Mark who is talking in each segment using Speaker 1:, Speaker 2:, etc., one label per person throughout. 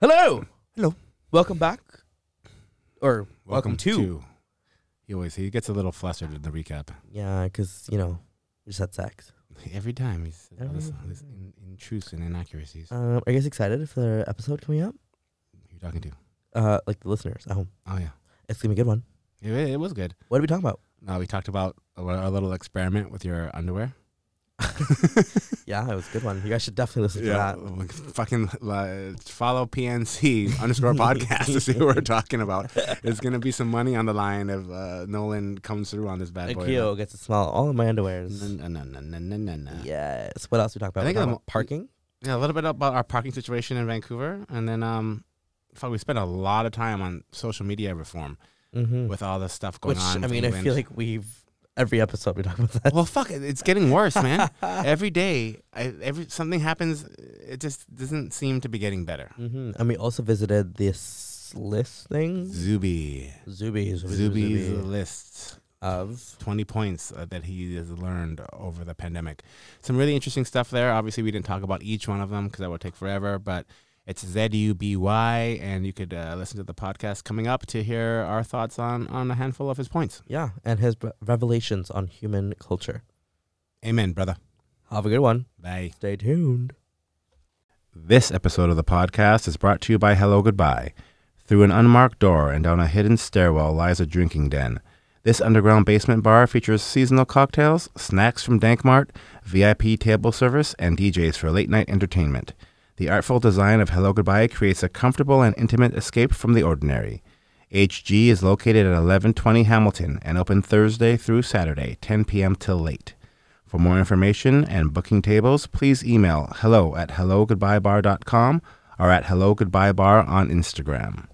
Speaker 1: Hello.
Speaker 2: Hello.
Speaker 1: Welcome back. Or welcome, to.
Speaker 2: He always he gets a little flustered in the recap
Speaker 3: Yeah, because you know, we just had sex.
Speaker 2: every time. He's all this,
Speaker 3: Every
Speaker 2: all this in, intrusive and inaccuracies.
Speaker 3: Um, are you guys excited for the episode coming up?
Speaker 2: Who you talking to?
Speaker 3: Uh, like the listeners at home,
Speaker 2: Oh yeah,
Speaker 3: it's gonna be a good one.
Speaker 2: it, wa- it was good.
Speaker 3: What are we talking about?
Speaker 2: Uh, we talked about a- our little experiment with your underwear.
Speaker 3: Yeah, it was a good one. You guys should definitely listen to that.
Speaker 2: like, fucking uh, follow PNC underscore podcast to see what we're talking about. There's gonna be some money on the line if uh, Nolan comes through on this bad boy.
Speaker 3: Akio gets to smell all of my underwears.
Speaker 2: No, no, no, no, no, no, no.
Speaker 3: Yes. What else we talk about?
Speaker 2: I think
Speaker 3: we talk
Speaker 2: I'm-
Speaker 3: about parking.
Speaker 2: Yeah, a little bit about our parking situation in Vancouver, and then um, fuck, we spent a lot of time on social media reform
Speaker 3: Mm-hmm.
Speaker 2: with all the stuff going
Speaker 3: Which
Speaker 2: on.
Speaker 3: I
Speaker 2: with
Speaker 3: mean, I
Speaker 2: England.
Speaker 3: feel like we've every episode we talk about that.
Speaker 2: well, fuck, it, it's getting worse, man. every day, I, every something happens. It just doesn't seem to be getting better.
Speaker 3: hmm And we also visited this list thing.
Speaker 2: Zuby,
Speaker 3: Zuby, Zuby, Zuby,
Speaker 2: Zuby's list.
Speaker 3: of.
Speaker 2: 20 points uh, that he has learned over the pandemic. Some really interesting stuff there. Obviously, we didn't talk about each one of them because that would take forever, but it's Z U B Y, and you could uh, listen to the podcast coming up to hear our thoughts on, on a handful of his points.
Speaker 3: Yeah, and his re- revelations on human culture.
Speaker 2: Amen, brother.
Speaker 3: Have a good one.
Speaker 2: Bye.
Speaker 3: Stay tuned.
Speaker 2: This episode of the podcast is brought to you by Hello Goodbye. Through an unmarked door and down a hidden stairwell lies a drinking den. This underground basement bar features seasonal cocktails, snacks from Dankmart, VIP table service, and DJs for late night entertainment. The artful design of Hello Goodbye creates a comfortable and intimate escape from the ordinary. HG is located at 1120 Hamilton and open Thursday through Saturday, 10 p.m. till late. For more information and booking tables, please email hello at hellogoodbyebar.com or at hellogoodbyebar on Instagram.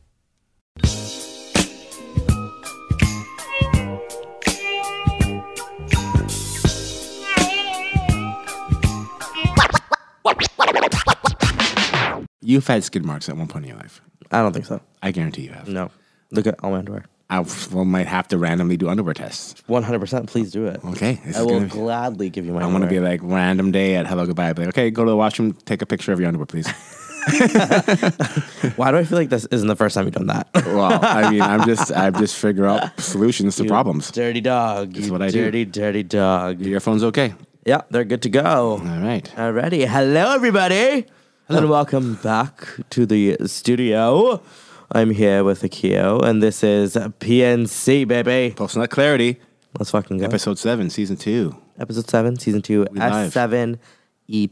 Speaker 2: You've had skid marks at one point in your life.
Speaker 3: I don't think so.
Speaker 2: I guarantee you have.
Speaker 3: No. Look at all my underwear.
Speaker 2: I f- well, might have to randomly do underwear tests.
Speaker 3: 100%. Please do it.
Speaker 2: Okay, this
Speaker 3: I
Speaker 2: is
Speaker 3: will
Speaker 2: gonna be-
Speaker 3: gladly give you my
Speaker 2: I want to be
Speaker 3: underwear.
Speaker 2: like random day at hello goodbye. I'd be like, okay, go to the washroom, take a picture of your underwear, please.
Speaker 3: Why do I feel like this isn't the first time you've done that?
Speaker 2: well, I mean, I'm just I'm just figure out solutions to problems.
Speaker 3: dirty dog.
Speaker 2: That's
Speaker 3: you
Speaker 2: what I do.
Speaker 3: dirty, dirty dog.
Speaker 2: Your phone's okay.
Speaker 3: Yeah, they're good to go.
Speaker 2: All right.
Speaker 3: Alrighty. Hello, everybody. And welcome back to the studio. I'm here with Akio, and this is PNC, baby.
Speaker 2: Post Nut Clarity,
Speaker 3: Let's fucking go.
Speaker 2: episode seven, season two.
Speaker 3: Episode 7, Season 2,
Speaker 2: We live.
Speaker 3: S7E2. E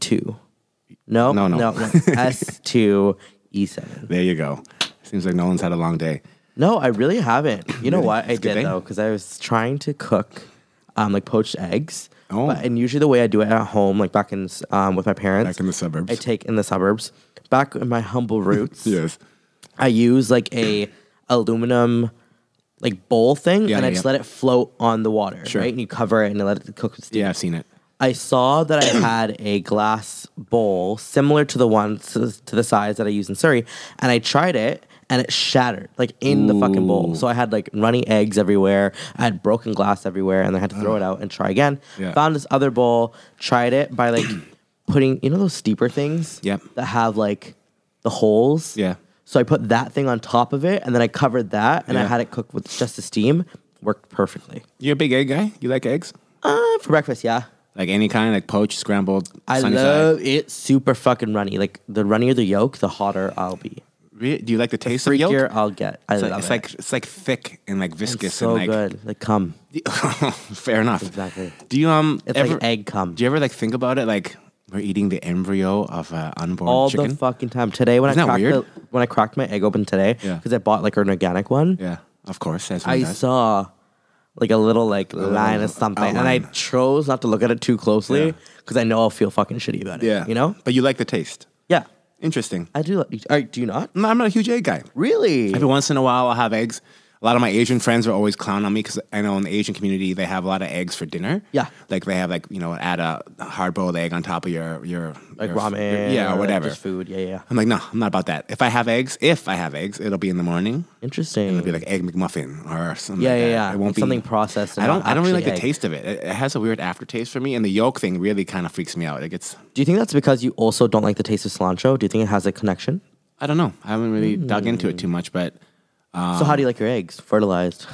Speaker 3: No, E
Speaker 2: No, no.
Speaker 3: S2E7.
Speaker 2: There you go. Seems like Nolan's had a long day.
Speaker 3: No, I really haven't. You know
Speaker 2: Really?
Speaker 3: what? I
Speaker 2: It's a good
Speaker 3: did,
Speaker 2: thing.
Speaker 3: though, because I was trying to cook um, like poached eggs.
Speaker 2: Oh.
Speaker 3: But- and usually the way I do it at home, like back in um, with my parents,
Speaker 2: Back in the suburbs.
Speaker 3: I take in the suburbs. Back in my humble roots,
Speaker 2: Yes.
Speaker 3: I use like a aluminum like bowl thing,
Speaker 2: Yeah,
Speaker 3: and
Speaker 2: yeah,
Speaker 3: I just
Speaker 2: yeah.
Speaker 3: let it float on the water,
Speaker 2: Sure.
Speaker 3: right? And you cover it and let it cook. with steam.
Speaker 2: Yeah, I've seen it.
Speaker 3: I saw that I had a glass bowl similar to the one to, to the size that I use in Surrey, and I tried it and it shattered like in the fucking bowl. So I had like runny eggs everywhere. I had broken glass everywhere, and I had to throw it out and try again.
Speaker 2: Ah. Yeah.
Speaker 3: Found this other bowl, tried it by like putting you know those steeper things
Speaker 2: Yep.
Speaker 3: that have like the holes.
Speaker 2: Yeah.
Speaker 3: So I put that thing on top of it, and then I covered that, and I
Speaker 2: Yeah.
Speaker 3: had it cooked with just the steam. Worked perfectly.
Speaker 2: You're a big egg guy. You like eggs?
Speaker 3: Uh, for breakfast, yeah.
Speaker 2: Like any kind, like poached, scrambled.
Speaker 3: I
Speaker 2: sunny
Speaker 3: love it super fucking runny. Like the runnier the yolk, the hotter I'll be.
Speaker 2: Side. Re- Do you like the taste of
Speaker 3: Freakier
Speaker 2: yolk?
Speaker 3: I'll get. I
Speaker 2: it's like,
Speaker 3: love
Speaker 2: it's
Speaker 3: it.
Speaker 2: like it's like thick and like viscous
Speaker 3: so
Speaker 2: and like
Speaker 3: good. Like cum.
Speaker 2: fair enough.
Speaker 3: Exactly.
Speaker 2: Do you um
Speaker 3: It's
Speaker 2: ever
Speaker 3: like egg cum.
Speaker 2: do you ever like think about it like we're eating the embryo of an unborn
Speaker 3: All
Speaker 2: chicken?
Speaker 3: the fucking time. Today when
Speaker 2: Isn't
Speaker 3: I
Speaker 2: that
Speaker 3: cracked
Speaker 2: weird?
Speaker 3: the, when I cracked my egg open today
Speaker 2: Yeah.
Speaker 3: because I bought like an organic one,
Speaker 2: yeah, of course. That's what
Speaker 3: I saw like a little like line
Speaker 2: little
Speaker 3: of something, and I
Speaker 2: outline.
Speaker 3: chose not to look at it too
Speaker 2: Yeah.
Speaker 3: closely because I know I'll feel fucking shitty about it.
Speaker 2: Yeah,
Speaker 3: you know.
Speaker 2: But you like the taste.
Speaker 3: Yeah,
Speaker 2: Interesting.
Speaker 3: I do. Like, all right, do you not?
Speaker 2: No, I'm not a huge egg guy.
Speaker 3: Really?
Speaker 2: Every once in a while, I'll have eggs. A lot of my Asian friends are always clowning on me because I know in the Asian community they have a lot of eggs for dinner.
Speaker 3: Yeah.
Speaker 2: like they have like you know add a hard boiled egg on top of your your
Speaker 3: Like
Speaker 2: your-
Speaker 3: ramen?
Speaker 2: yeah,
Speaker 3: or
Speaker 2: or
Speaker 3: like,
Speaker 2: whatever.
Speaker 3: Just food. Yeah, yeah.
Speaker 2: I'm like, no, I'm not about that. If I have eggs, if I have eggs, it'll be in the morning.
Speaker 3: Interesting.
Speaker 2: It'll be like egg McMuffin or something.
Speaker 3: Yeah,
Speaker 2: like
Speaker 3: yeah,
Speaker 2: that.
Speaker 3: yeah.
Speaker 2: It won't
Speaker 3: Like
Speaker 2: be
Speaker 3: something processed and
Speaker 2: I don't.
Speaker 3: not
Speaker 2: I don't really like
Speaker 3: actually
Speaker 2: the
Speaker 3: egg.
Speaker 2: taste of it. it. It has a weird aftertaste for me, and the yolk thing really kind of freaks me out. It gets
Speaker 3: Do you think that's because you also don't like the taste of cilantro? Do you think it has a connection?
Speaker 2: I don't know. I haven't really dug into it too much, but
Speaker 3: so how do you like your eggs? Fertilized.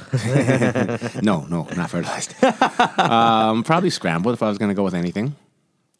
Speaker 2: no, no, not fertilized. um, probably scrambled if I was going to go with anything.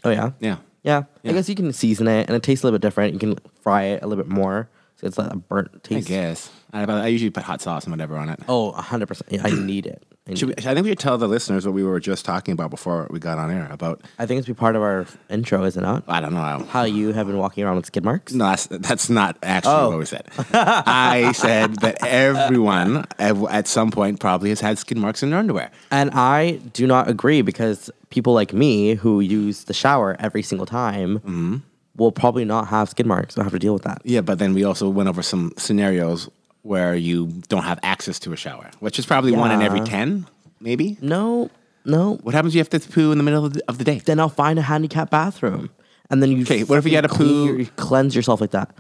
Speaker 3: oh yeah?
Speaker 2: Yeah.
Speaker 3: yeah.
Speaker 2: Yeah.
Speaker 3: I guess you can season it, and it tastes a little bit different. You can fry it a little bit more, so it's like a burnt
Speaker 2: I
Speaker 3: taste.
Speaker 2: guess. I, I usually put hot sauce and whatever on it.
Speaker 3: Oh, hundred percent. Yeah, I need it. I, need
Speaker 4: Should we,
Speaker 3: it.
Speaker 4: I think we should tell the listeners what we were just talking about before we got on air about.
Speaker 3: I think it's be part of our intro, is it not?
Speaker 2: I don't know. I,
Speaker 3: How you have been walking around with skid marks?
Speaker 2: No, that's, that's not actually
Speaker 3: Oh.
Speaker 2: what we said. I said that everyone ev- at some point probably has had skin marks in their underwear.
Speaker 3: And I do not agree because people like me who use the shower every single time will probably not have skid marks. I'll have to deal with that.
Speaker 2: Yeah, but then we also went over some scenarios where you don't have access to a shower, which is probably one in every
Speaker 3: Yeah.
Speaker 2: 10, maybe.
Speaker 3: No, no.
Speaker 2: What happens if you have to poo in the middle of the, of the day?
Speaker 3: Then I'll find a handicap bathroom. And then you
Speaker 2: Okay, what if you had a
Speaker 3: fucking clean
Speaker 2: poo-
Speaker 3: your- cleanse yourself like that.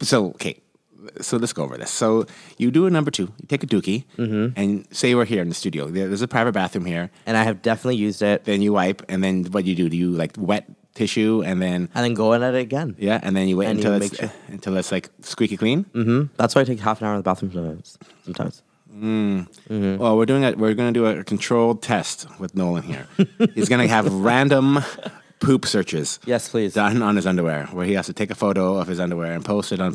Speaker 2: So, okay. So let's go over this. So you do a number two, you take a dookie,
Speaker 3: Mm-hmm.
Speaker 2: and say we're here in the studio. There- There's a private bathroom here.
Speaker 3: And I have definitely used it.
Speaker 2: Then you wipe, and then what do you do? Do you like wet tissue and then
Speaker 3: And then go in at it again.
Speaker 2: Yeah, and then you wait
Speaker 3: And
Speaker 2: until
Speaker 3: you
Speaker 2: it's
Speaker 3: make sure- Mm-hmm.
Speaker 2: until it's like squeaky clean.
Speaker 3: That's why I take half an hour in the bathroom sometimes. sometimes.
Speaker 2: Well, we're doing it. We're going to do a controlled test with Nolan here. He's going to have random poop searches.
Speaker 3: Yes, please.
Speaker 2: Done on his underwear, where he has to take a photo of his underwear and post it on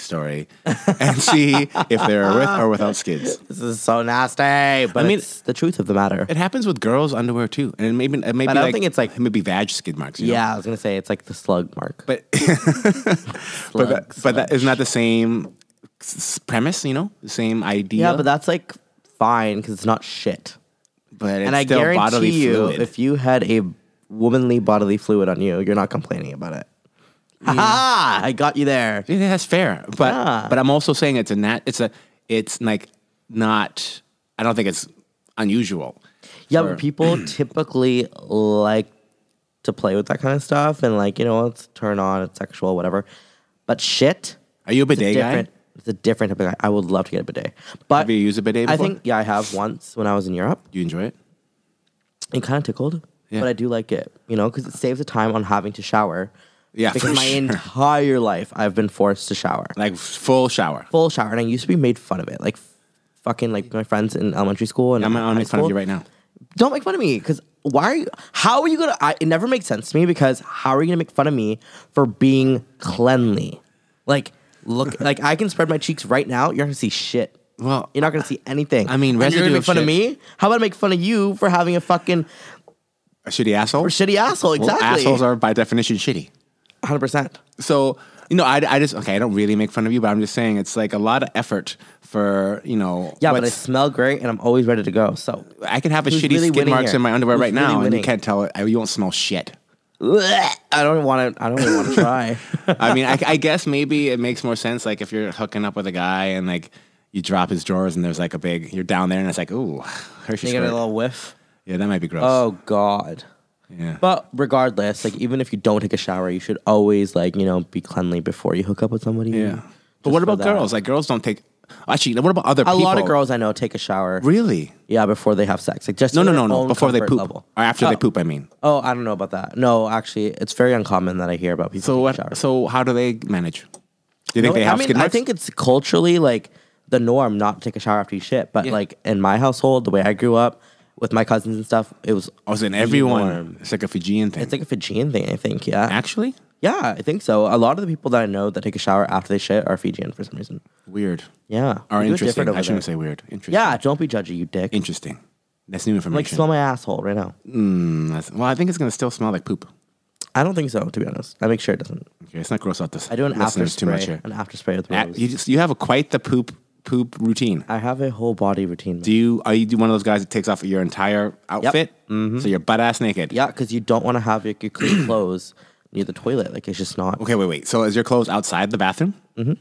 Speaker 2: story, and see if they're with or without skids.
Speaker 3: This is so nasty. But
Speaker 2: I
Speaker 3: I
Speaker 2: mean-
Speaker 3: mean, it's the truth of the matter.
Speaker 2: It happens with girls' underwear too, and it maybe it may
Speaker 3: But
Speaker 2: be
Speaker 3: I don't
Speaker 2: like,
Speaker 3: think it's like-
Speaker 2: maybe vag skid marks. you know?
Speaker 3: yeah, I was going to say it's like the slug mark.
Speaker 2: but but
Speaker 3: slug,
Speaker 2: that, but that isn't that the same s- s- premise? You know, the same idea.
Speaker 3: Yeah, but that's like fine because it's not shit.
Speaker 2: but it's
Speaker 3: and I
Speaker 2: still bodily
Speaker 3: guarantee you,
Speaker 2: fluid.
Speaker 3: if you had a womanly bodily fluid on you, you're not complaining about it. Ha Ha! I got you there.
Speaker 2: Yeah, that's fair. But
Speaker 3: Yeah.
Speaker 2: but I'm also saying it's a nat it's a it's like not I don't think it's unusual.
Speaker 3: Yeah,
Speaker 2: Sure.
Speaker 3: but people typically like to play with that kind of stuff and like you know it's turn on, it's sexual, whatever. But shit,
Speaker 2: Are you a bidet guy?
Speaker 3: different. It's a different type of guy. I would love to get a bidet, but
Speaker 2: Have you used a bidet
Speaker 3: I
Speaker 2: before?
Speaker 3: think yeah, I have once when I was in Europe.
Speaker 2: Do you enjoy it?
Speaker 3: It kind of tickled,
Speaker 2: Yeah.
Speaker 3: but I do like it, you know, because it saves the time on having to shower.
Speaker 2: Yeah,
Speaker 3: because
Speaker 2: for
Speaker 3: my
Speaker 2: sure.
Speaker 3: entire life I've been forced to shower,
Speaker 2: Like full shower.
Speaker 3: full shower, and I used to be made fun of it, like fucking like my friends in elementary school and
Speaker 2: I'm
Speaker 3: high
Speaker 2: gonna make fun of
Speaker 3: school.
Speaker 2: you right now.
Speaker 3: Don't make fun of me, because why are you? How are you gonna? I, it never makes sense to me because how are you gonna make fun of me for being cleanly? Like look, like I can spread my cheeks right now. You're not gonna see shit.
Speaker 2: Well,
Speaker 3: You're not gonna see anything.
Speaker 2: I mean,
Speaker 3: And you're
Speaker 2: residue
Speaker 3: gonna
Speaker 2: of
Speaker 3: make fun of
Speaker 2: shit.
Speaker 3: me. How about I make fun of you for having a fucking
Speaker 2: A shitty asshole.
Speaker 3: shitty asshole?
Speaker 2: Well,
Speaker 3: Exactly.
Speaker 2: assholes are by definition shitty.
Speaker 3: Hundred percent.
Speaker 2: So you know, I, I just okay. I don't really make fun of you, but I'm just saying it's like a lot of effort for you know.
Speaker 3: Yeah, but I
Speaker 2: what's-
Speaker 3: smell great and I'm always ready to go. So
Speaker 2: I could have a
Speaker 3: Who's
Speaker 2: shitty
Speaker 3: really
Speaker 2: skin
Speaker 3: winning
Speaker 2: marks
Speaker 3: here?
Speaker 2: in my underwear
Speaker 3: Who's
Speaker 2: right
Speaker 3: really
Speaker 2: now, and you
Speaker 3: winning?
Speaker 2: can't tell it. I- You won't smell shit.
Speaker 3: I don't want to. I don't even want to try.
Speaker 2: I mean, I, I guess maybe it makes more sense. Like if you're hooking up with a guy and like you drop his drawers and there's like a big, you're down there and it's like, ooh, Hershey
Speaker 3: you get a
Speaker 2: squirt.
Speaker 3: little whiff.
Speaker 2: yeah, that might be gross.
Speaker 3: Oh God.
Speaker 2: yeah.
Speaker 3: But regardless, like even if you don't take a shower, you should always like you know be cleanly before you hook up with somebody.
Speaker 2: yeah. But what
Speaker 3: for
Speaker 2: about
Speaker 3: that.
Speaker 2: girls? Like girls don't take. Actually, what about other
Speaker 3: A
Speaker 2: people?
Speaker 3: lot of girls I know take a shower.
Speaker 2: Really?
Speaker 3: Yeah, before they have sex. Like just
Speaker 2: No,
Speaker 3: for
Speaker 2: no,
Speaker 3: their
Speaker 2: no, no.
Speaker 3: own
Speaker 2: Before they
Speaker 3: comfort
Speaker 2: poop
Speaker 3: level.
Speaker 2: or after they
Speaker 3: Oh.
Speaker 2: poop. I mean.
Speaker 3: Oh, I don't know about that. No, actually, it's very uncommon that I hear about people.
Speaker 2: So
Speaker 3: taking
Speaker 2: what?
Speaker 3: showers.
Speaker 2: So how do they manage? Do you think
Speaker 3: No,
Speaker 2: they have
Speaker 3: I mean,
Speaker 2: skin marks?
Speaker 3: I think it's culturally like the norm not to take a shower after you shit. But
Speaker 2: Yeah.
Speaker 3: like in my household, the way I grew up with my cousins and stuff, it was
Speaker 2: I was in
Speaker 3: the
Speaker 2: everyone.
Speaker 3: norm.
Speaker 2: It's like a Fijian thing.
Speaker 3: It's like a Fijian thing, I think. Yeah,
Speaker 2: actually
Speaker 3: yeah, I think so. A lot of the people that I know that take a shower after they shit are Fijian for some reason.
Speaker 2: weird.
Speaker 3: Yeah,
Speaker 2: Or
Speaker 3: we do it
Speaker 2: interesting.
Speaker 3: different
Speaker 2: I
Speaker 3: over
Speaker 2: shouldn't
Speaker 3: there.
Speaker 2: say weird. Interesting.
Speaker 3: Yeah, don't be judgy, you dick.
Speaker 2: Interesting. That's new information.
Speaker 3: Like smell my asshole right now.
Speaker 2: That's- well, I think it's gonna still smell like poop.
Speaker 3: I don't think so, to be honest. I make sure it doesn't.
Speaker 2: Okay, let's not gross out this.
Speaker 3: I do an after
Speaker 2: listeners
Speaker 3: spray.
Speaker 2: too much here.
Speaker 3: An after spray with
Speaker 2: Ah,
Speaker 3: rose.
Speaker 2: you just you have a quite the poop poop routine.
Speaker 3: I have a whole body routine.
Speaker 2: Do you are you one of those guys that takes off your entire outfit?
Speaker 3: Mm-hmm.
Speaker 2: So you're butt ass naked.
Speaker 3: yeah, because you don't want to have your, your clean clothes near the toilet. Like it's just not.
Speaker 2: Okay, wait, wait. So is your clothes outside the bathroom? Mm-hmm.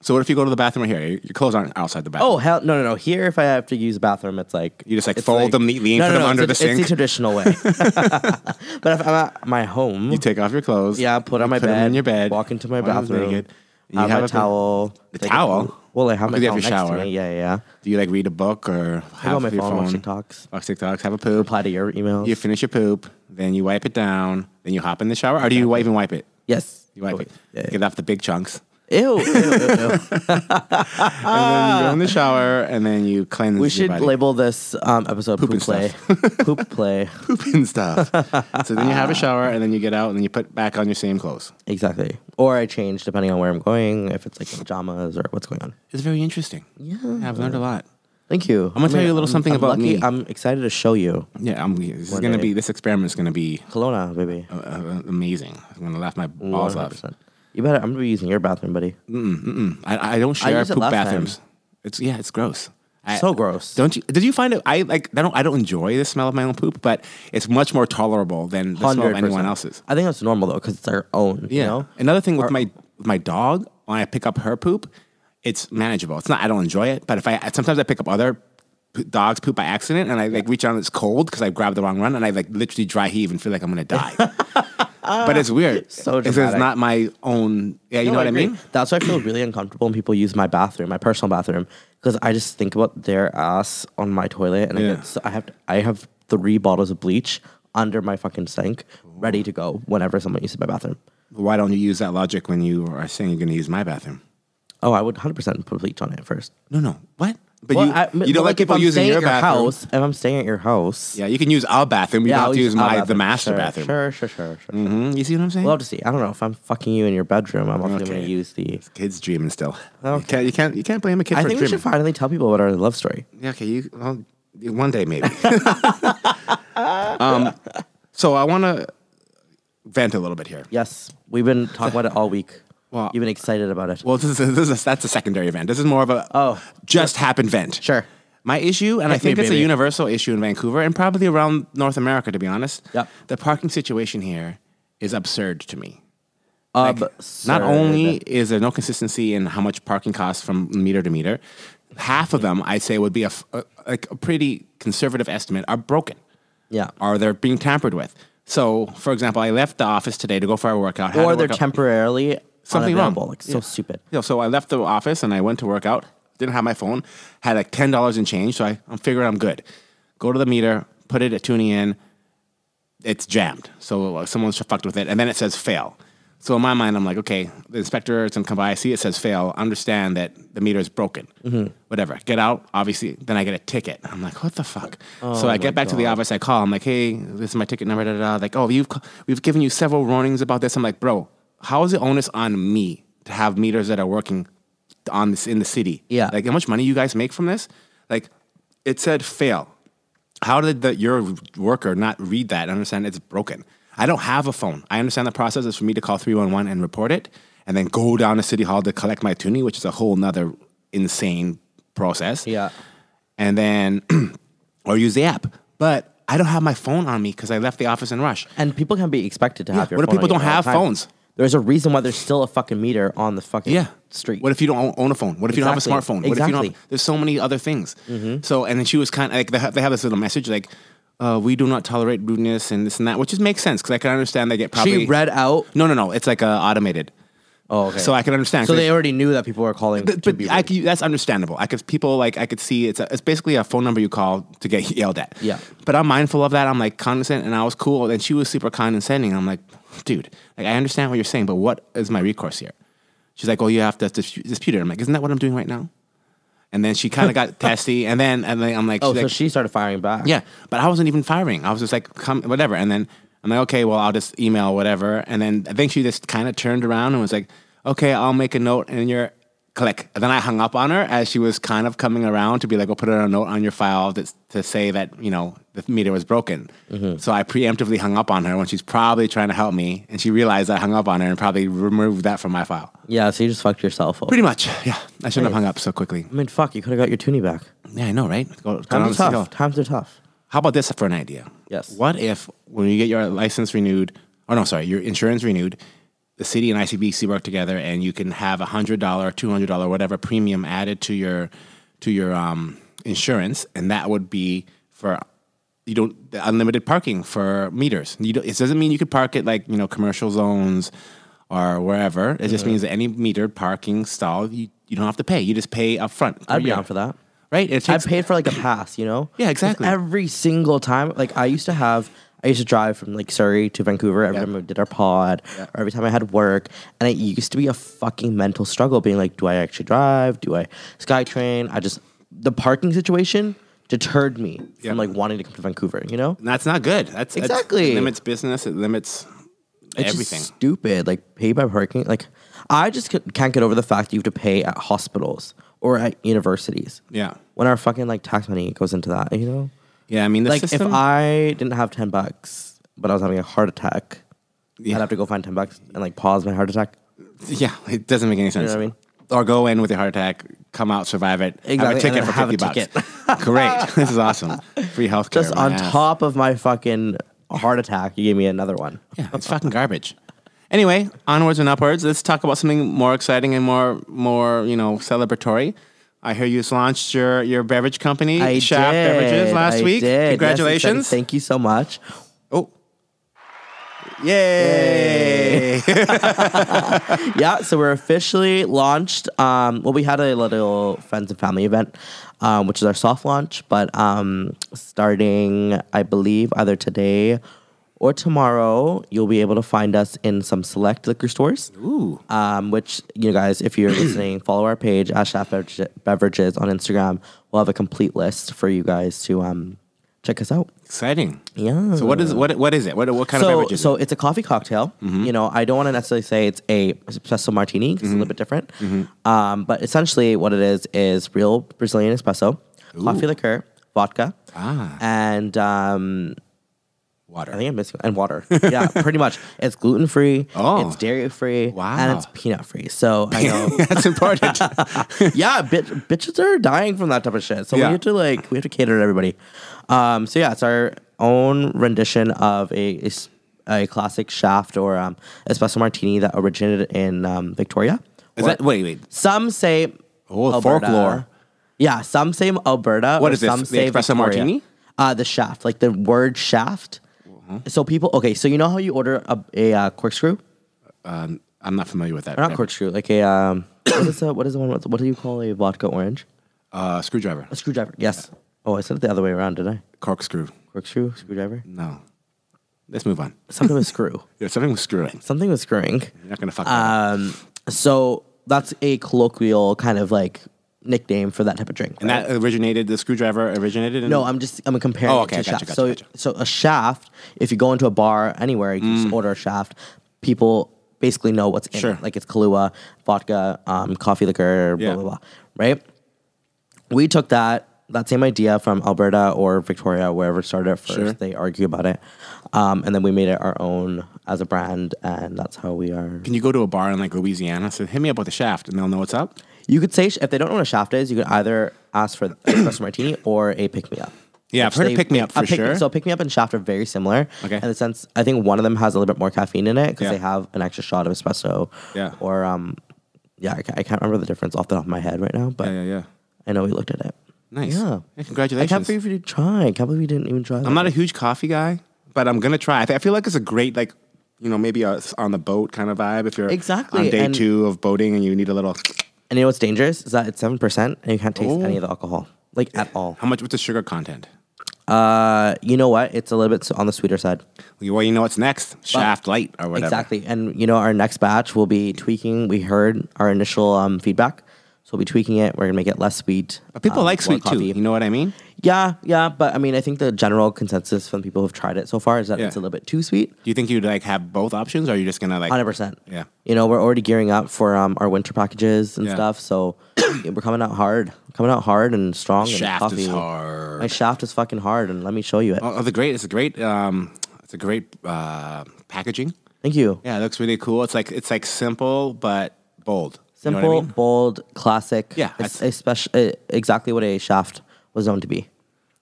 Speaker 2: So what if you go to the bathroom right here? Your your clothes aren't outside the bathroom.
Speaker 3: Oh hell no no no! Here, if I have to use a bathroom, it's like
Speaker 2: You just, like,
Speaker 3: it's
Speaker 2: fold them neatly and put them
Speaker 3: it's
Speaker 2: under
Speaker 3: a-
Speaker 2: the
Speaker 3: It's
Speaker 2: sink.
Speaker 3: the traditional way. but if I'm at my home,
Speaker 2: you take off your clothes.
Speaker 3: yeah, put on my
Speaker 2: put
Speaker 3: bed,
Speaker 2: them in your bed.
Speaker 3: walk into my
Speaker 2: one of them's
Speaker 3: bathroom,
Speaker 2: naked. You
Speaker 3: have,
Speaker 2: have
Speaker 3: a
Speaker 2: a-
Speaker 3: towel.
Speaker 2: The
Speaker 3: take a-
Speaker 2: towel?
Speaker 3: well, I have my
Speaker 2: Because you
Speaker 3: towel
Speaker 2: have
Speaker 3: next
Speaker 2: your
Speaker 3: to
Speaker 2: shower.
Speaker 3: me. Yeah, yeah, yeah.
Speaker 2: Do you like read a book or
Speaker 3: I
Speaker 2: have
Speaker 3: go on my
Speaker 2: your
Speaker 3: phone,
Speaker 2: phone?
Speaker 3: watch TikToks,
Speaker 2: Watch TikToks. Have a poop.
Speaker 3: reply to your emails.
Speaker 2: You finish your poop, then you wipe it down, then you hop in the shower, or do you even wipe it?
Speaker 3: yes,
Speaker 2: You wipe
Speaker 3: Oh,
Speaker 2: it.
Speaker 3: yeah, yeah.
Speaker 2: Get off the big chunks.
Speaker 3: Ew. ew, ew, ew.
Speaker 2: and then you go in the shower and then you cleanse.
Speaker 3: Ah. we
Speaker 2: your
Speaker 3: should
Speaker 2: body.
Speaker 3: label this um, episode poop,
Speaker 2: and
Speaker 3: play. poop play.
Speaker 2: pooping stuff. so then you have a shower and then you get out and then you put back on your same clothes.
Speaker 3: Exactly. Or I change depending on where I'm going, if it's like in pajamas or what's going on.
Speaker 2: It's very interesting. Yeah, I've learned a lot.
Speaker 3: Thank you.
Speaker 2: I'm gonna tell you a little something
Speaker 3: I'm
Speaker 2: about
Speaker 3: lucky.
Speaker 2: me.
Speaker 3: I'm excited to show you.
Speaker 2: Yeah, I'm, this is
Speaker 3: One
Speaker 2: gonna
Speaker 3: day.
Speaker 2: be this experiment's gonna be
Speaker 3: Kelowna, baby.
Speaker 2: uh, uh, amazing. I'm gonna laugh my balls off.
Speaker 3: 100%. You better. I'm gonna be using your bathroom, buddy.
Speaker 2: I, I don't share
Speaker 3: used it
Speaker 2: poop
Speaker 3: last time.
Speaker 2: bathrooms. It's yeah, it's gross. I-
Speaker 3: So gross.
Speaker 2: Don't you? Did you find it? I like. I don't. I don't enjoy the smell of my own poop, but it's much more tolerable than the smell of
Speaker 3: 100%.
Speaker 2: anyone else's.
Speaker 3: I think that's normal though, because it's our own. You know.
Speaker 2: Another thing with my with my dog, when I pick up her poop, it's manageable. It's not. I don't enjoy it, but if I sometimes I pick up other p- dogs poop by accident and I like reach out and it's cold because I grabbed the wrong run and I like literally dry heave and feel like I'm gonna die. but it's weird.
Speaker 3: Ah, So
Speaker 2: it's, it's
Speaker 3: dramatic.
Speaker 2: not my own. Yeah, you know
Speaker 3: No,
Speaker 2: what I
Speaker 3: agree.
Speaker 2: mean.
Speaker 3: That's why I feel really uncomfortable when people use my bathroom, my personal bathroom, because I just think about their ass on my toilet, and I,
Speaker 2: Yeah.
Speaker 3: get, so I have I have three bottles of bleach under my fucking sink, ready to go whenever someone uses my bathroom.
Speaker 2: Why don't you use that logic when you are saying you're going to use my bathroom?
Speaker 3: Oh, I would 100% put bleach on it first.
Speaker 2: No, no. What? But
Speaker 3: Well,
Speaker 2: you,
Speaker 3: I-
Speaker 2: you
Speaker 3: but,
Speaker 2: don't like
Speaker 3: if
Speaker 2: people
Speaker 3: I'm
Speaker 2: using
Speaker 3: staying
Speaker 2: your
Speaker 3: at
Speaker 2: bathroom.
Speaker 3: house. If I'm staying at your house,
Speaker 2: Yeah, you can use our bathroom. You don't
Speaker 3: I'll
Speaker 2: have to use
Speaker 3: our
Speaker 2: my the
Speaker 3: bathroom.
Speaker 2: master
Speaker 3: Sure,
Speaker 2: bathroom.
Speaker 3: Sure, sure, sure, sure.
Speaker 2: Mhm, You see what I'm saying?
Speaker 3: We'll have to see. I don't know if I'm fucking you in your bedroom. I'm obviously going
Speaker 2: Mm, Okay.
Speaker 3: to use the.
Speaker 2: Kids dreaming still. You
Speaker 3: Okay.
Speaker 2: can't you can't you can't blame a kid
Speaker 3: I
Speaker 2: for
Speaker 3: think we
Speaker 2: dreaming.
Speaker 3: should finally tell people about our love story.
Speaker 2: Yeah, okay, you well, one day maybe. um, so I want to vent a little bit here.
Speaker 3: Yes, we've been talking about it all week.
Speaker 2: Wow.
Speaker 3: You've been excited about it.
Speaker 2: Well, this is, this is that's a secondary event. This is more of a
Speaker 3: Oh.
Speaker 2: just happened vent.
Speaker 3: Sure.
Speaker 2: My issue, and I
Speaker 3: Hit me,
Speaker 2: think it's a
Speaker 3: baby.
Speaker 2: universal issue in Vancouver and probably around North America, to be honest.
Speaker 3: Yep.
Speaker 2: The parking situation here is absurd to me.
Speaker 3: Um,
Speaker 2: Like,
Speaker 3: Absurd.
Speaker 2: Not only is there no consistency in how much parking costs from meter to meter, half of them I'd say would be a, f- a- like a pretty conservative estimate are broken.
Speaker 3: yeah,
Speaker 2: Are they're being tampered with? So, for example, I left the office today to go for a workout. had
Speaker 3: or
Speaker 2: a
Speaker 3: they're
Speaker 2: workout-
Speaker 3: temporarily
Speaker 2: Something wrong.
Speaker 3: unavailable. Like so stupid.
Speaker 2: you know, so I left the office and I went to work out. Didn't have my phone. Had like ten dollars in change, so I, I'm figuring I'm good. Go to the meter, put it at tuning in. It's jammed, so uh, someone's fucked with it, and then it says fail. So in my mind, I'm like, okay, the inspector is gonna come by. I see it says fail. Understand that the meter is broken. Whatever. Get out. Obviously, then I get a ticket. I'm like, what the fuck? so I get back to the office. I call. I'm like, hey, this is my ticket number. Da, da, da. Like, oh, you've ca- we've given you several warnings about this. I'm like, bro, how is the onus on me to have meters that are working on this in the city?
Speaker 3: Yeah.
Speaker 2: Like how much money you guys make from this? Like it said fail. How did the, your worker not read that and understand it's broken? I don't have a phone. I understand the process is for me to call 311 and report it and then go down to City Hall to collect my tuning, which is a whole nother insane process
Speaker 3: Yeah.
Speaker 2: and then or use the app. But I don't have my phone on me because I left the office in rush.
Speaker 3: And people can be expected to have your.
Speaker 2: what if
Speaker 3: phone on
Speaker 2: people
Speaker 3: you
Speaker 2: don't
Speaker 3: at all
Speaker 2: have
Speaker 3: times?
Speaker 2: phones?
Speaker 3: There's a reason why there's still a fucking meter on the fucking
Speaker 2: Yeah.
Speaker 3: street.
Speaker 2: What if you don't own- own a phone? What if you don't have a
Speaker 3: Exactly.
Speaker 2: smartphone? What if you don't have,
Speaker 3: Exactly. Mm-hmm.
Speaker 2: there's so many other things. So and then she was kind of like they have, they have this little message like uh, we do not tolerate rudeness and this and that, which just makes sense because I can understand they get probably
Speaker 3: she read out?
Speaker 2: No, no, no. It's like uh, automated.
Speaker 3: Oh, okay.
Speaker 2: So I can understand.
Speaker 3: So
Speaker 2: 'cause-
Speaker 3: they already knew that people were calling.
Speaker 2: but,
Speaker 3: to
Speaker 2: but
Speaker 3: be
Speaker 2: I
Speaker 3: rude.
Speaker 2: could, that's understandable. I could people like I could see it's a, it's basically a phone number you call to get yelled at.
Speaker 3: Yeah.
Speaker 2: But I'm mindful of that. I'm like condescending, and I was cool, and she was super condescending. I'm like, dude, like I understand what you're saying, but what is my recourse here? She's like, oh, you have to dis- dispute it. I'm like, isn't that what I'm doing right now? And then she kind of got testy, and then and then I'm like,
Speaker 3: oh,
Speaker 2: she's
Speaker 3: so
Speaker 2: like,
Speaker 3: she started firing back.
Speaker 2: yeah, but I wasn't even firing. I was just like, come, whatever. And then I'm like, okay, well, I'll just email whatever. And then I think she just kind of turned around and was like, okay, I'll make a note in your click. And then I hung up on her as she was kind of coming around to be like, I'll put a note on your file that's to say that, you know, the meter was broken. So I preemptively hung up on her when she's probably trying to help me. And she realized I hung up on her and probably removed that from my file.
Speaker 3: Yeah. So you just fucked yourself. Up.
Speaker 2: Pretty much. Yeah. I shouldn't have hung up so quickly.
Speaker 3: I mean, fuck. You could have got your toonie back.
Speaker 2: Yeah, I know, right? Go- go down to
Speaker 3: Times
Speaker 2: the
Speaker 3: are
Speaker 2: hill.
Speaker 3: tough. Times are tough.
Speaker 2: How about this for an idea?
Speaker 3: Yes.
Speaker 2: What if when you get your license renewed, or no, sorry, your insurance renewed, the city and ICBC work together, and you can have a hundred dollar, two hundred dollar, whatever premium added to your to your um, insurance, and that would be for you don't unlimited parking for meters. You don't, it doesn't mean you could park at like you know commercial zones or wherever. It just means that any metered parking stall you, you don't have to pay. You just pay up front. per
Speaker 3: I'd be
Speaker 2: year.
Speaker 3: down for that.
Speaker 2: Right? It
Speaker 3: I
Speaker 2: takes-
Speaker 3: paid for like a pass, you know?
Speaker 2: Yeah,
Speaker 3: 'Cause
Speaker 2: exactly.
Speaker 3: Every single time, like I used to have, I used to drive from like Surrey to Vancouver every time we did our pod or every time I had work. And it used to be a fucking mental struggle being like, do I actually drive? Do I SkyTrain? I just, the parking situation deterred me
Speaker 2: Yeah.
Speaker 3: from like wanting to come to Vancouver, you know?
Speaker 2: And that's not good. That's that's-
Speaker 3: Exactly.
Speaker 2: it limits business. It limits
Speaker 3: It's just
Speaker 2: everything.
Speaker 3: stupid. Like pay by parking. Like I just c- can't get over the fact you have to pay at hospitals or at universities.
Speaker 2: Yeah.
Speaker 3: When our fucking like tax money goes into that, you know.
Speaker 2: Yeah, I mean the
Speaker 3: Like
Speaker 2: system.
Speaker 3: if I didn't have ten bucks, but I was having a heart attack, I'd have to go find ten bucks and like pause my heart attack.
Speaker 2: yeah, it doesn't make any sense.
Speaker 3: what I mean?
Speaker 2: Or go in with a heart attack, come out, survive it, have a
Speaker 3: Exactly,
Speaker 2: ticket
Speaker 3: and
Speaker 2: for
Speaker 3: then have a
Speaker 2: fifty bucks. Great, this is awesome. Free healthcare.
Speaker 3: Just
Speaker 2: my
Speaker 3: on
Speaker 2: ass.
Speaker 3: top of my fucking heart attack, you gave me another one.
Speaker 2: Yeah, it's fucking garbage. Anyway, onwards and upwards. Let's talk about something more exciting and more more you know celebratory. I hear you launched your your beverage company,
Speaker 3: I
Speaker 2: Shaft
Speaker 3: did.
Speaker 2: Beverages, last
Speaker 3: I
Speaker 2: week.
Speaker 3: did. Yes, it's exciting.
Speaker 2: Congratulations!
Speaker 3: Thank you so much.
Speaker 2: oh, yay!
Speaker 3: yeah, so we're officially launched. Um, well, we had a little friends and family event, um, which is our soft launch, but um, starting, I believe, either today or tomorrow, you'll be able to find us in some select liquor stores. Ooh. Um, which, you guys, if you're listening, follow our page at Shaft Beverage- Beverages on Instagram. We'll have a complete list for you guys to um, check us out.
Speaker 2: Exciting.
Speaker 3: Yeah.
Speaker 2: So what is what what is it? What what kind
Speaker 3: so,
Speaker 2: of Mm-hmm. beverage is
Speaker 3: so
Speaker 2: it?
Speaker 3: it's a coffee cocktail. You know, I don't want to necessarily say it's a espresso martini 'cause it's a
Speaker 2: Mm-hmm.
Speaker 3: little bit different. Um, but essentially, what it is is real Brazilian espresso, coffee liqueur, vodka,
Speaker 2: Ah.
Speaker 3: and um,
Speaker 2: Water.
Speaker 3: I think I'm missing and water. yeah, pretty much. It's gluten free.
Speaker 2: Oh.
Speaker 3: it's dairy free.
Speaker 2: Wow.
Speaker 3: and it's peanut free. So I know.
Speaker 2: That's important.
Speaker 3: yeah, bit, bitches are dying from that type of shit. So
Speaker 2: Yeah.
Speaker 3: we have to like we have to cater to everybody. Um, so yeah, it's our own rendition of a a s- a classic shaft or um, espresso martini that originated in um, Victoria.
Speaker 2: Is
Speaker 3: Or-
Speaker 2: that wait wait?
Speaker 3: some say
Speaker 2: Oh,
Speaker 3: Alberta.
Speaker 2: folklore.
Speaker 3: Yeah, some say Alberta. or
Speaker 2: What is this,
Speaker 3: Some
Speaker 2: the
Speaker 3: say
Speaker 2: espresso
Speaker 3: Victoria.
Speaker 2: martini? Uh-huh.
Speaker 3: Uh, the shaft, like the word shaft. So people, okay, so you know how you order a, a uh, corkscrew?
Speaker 2: Um, I'm not familiar with that.
Speaker 3: Or not corkscrew, like a um, what is the what is the one? with- What do you call a vodka orange?
Speaker 2: Uh, screwdriver,
Speaker 3: A screwdriver. Yes. Oh, I said it the other way around, did I?
Speaker 2: corkscrew.
Speaker 3: Corkscrew, screwdriver.
Speaker 2: No, let's move on.
Speaker 3: Something with screw.
Speaker 2: Yeah, something was screwing.
Speaker 3: Something with screwing.
Speaker 2: You're not gonna fuck. that up.
Speaker 3: Um, so that's a colloquial kind of like nickname for that type of drink.
Speaker 2: and
Speaker 3: right?
Speaker 2: that originated. The screwdriver originated. In,
Speaker 3: No, I'm just I'm comparing
Speaker 2: Oh,
Speaker 3: it to
Speaker 2: okay,
Speaker 3: a shaft.
Speaker 2: gotcha, gotcha,
Speaker 3: so
Speaker 2: gotcha.
Speaker 3: so a shaft, if you go into a bar anywhere, you can just order a shaft. People basically know what's in
Speaker 2: Mm. Sure.
Speaker 3: it. Like it's Kahlua, vodka, um, coffee liquor,
Speaker 2: Yeah.
Speaker 3: blah blah blah. Right? We took that that same idea from Alberta or Victoria, wherever it started at first.
Speaker 2: Sure.
Speaker 3: They argue about it. Um, and then we made it our own as a brand and that's how we are
Speaker 2: Can you go to a bar in like Louisiana? Say, hit me up with a shaft, and they'll know what's up.
Speaker 3: you could say sh- if they don't know what a shaft is, you could either ask for an espresso martini or a pick me up.
Speaker 2: Yeah, I've heard of pick me up for sure.
Speaker 3: So pick me up and shaft are very similar.
Speaker 2: Okay.
Speaker 3: In the sense, I think one of them has a little bit more caffeine in it because
Speaker 2: Yeah.
Speaker 3: they have an extra shot of espresso.
Speaker 2: Yeah.
Speaker 3: Or um, yeah, I, ca- I can't remember the difference off the top of my head right now, but
Speaker 2: Yeah, yeah, yeah.
Speaker 3: I know we looked at it.
Speaker 2: Nice.
Speaker 3: Yeah.
Speaker 2: Hey,
Speaker 3: I
Speaker 2: congratulations.
Speaker 3: can't believe you didn't try. I can't believe you didn't even try.
Speaker 2: I'm not a huge coffee guy, but I'm gonna try. I, th- I feel like it's a great like. You know, maybe a s- on the boat kind of vibe. If you're
Speaker 3: Exactly,
Speaker 2: on day
Speaker 3: and-
Speaker 2: two of boating and you need a little,
Speaker 3: and you know what's dangerous is that it's seven percent and you can't taste
Speaker 2: Oh.
Speaker 3: any of the alcohol, like at all.
Speaker 2: how much? What's the sugar content?
Speaker 3: Uh, you know what? It's a little bit s- on the sweeter side.
Speaker 2: Well, you know what's next? Shaft light or whatever.
Speaker 3: Exactly. And you know, our next batch will be tweaking. We heard our initial um, feedback. So we'll be tweaking it. We're gonna make it less sweet.
Speaker 2: But people
Speaker 3: um,
Speaker 2: like
Speaker 3: more
Speaker 2: sweet too.
Speaker 3: coffee.
Speaker 2: You know what I mean?
Speaker 3: Yeah, yeah. But I mean I think the general consensus from people who've tried it so far is that
Speaker 2: Yeah.
Speaker 3: it's a little bit too sweet.
Speaker 2: Do you think you'd like have both options, or are you just gonna like?
Speaker 3: Hundred percent.
Speaker 2: Yeah.
Speaker 3: You know, we're already gearing up for um, our winter packages and
Speaker 2: Yeah.
Speaker 3: stuff. So we're coming out hard. Coming out hard and strong and
Speaker 2: Shaft
Speaker 3: coffee.
Speaker 2: is hard.
Speaker 3: My shaft is fucking hard and let me show you it.
Speaker 2: Oh, oh, the great! It's a great. Um, it's a great uh, packaging.
Speaker 3: Thank you.
Speaker 2: Yeah, it looks really cool. It's like it's like simple but bold. You know
Speaker 3: Simple,
Speaker 2: what I mean?
Speaker 3: bold, classic.
Speaker 2: Yeah,
Speaker 3: It's
Speaker 2: I-
Speaker 3: a special, uh, exactly what a shaft was known to be.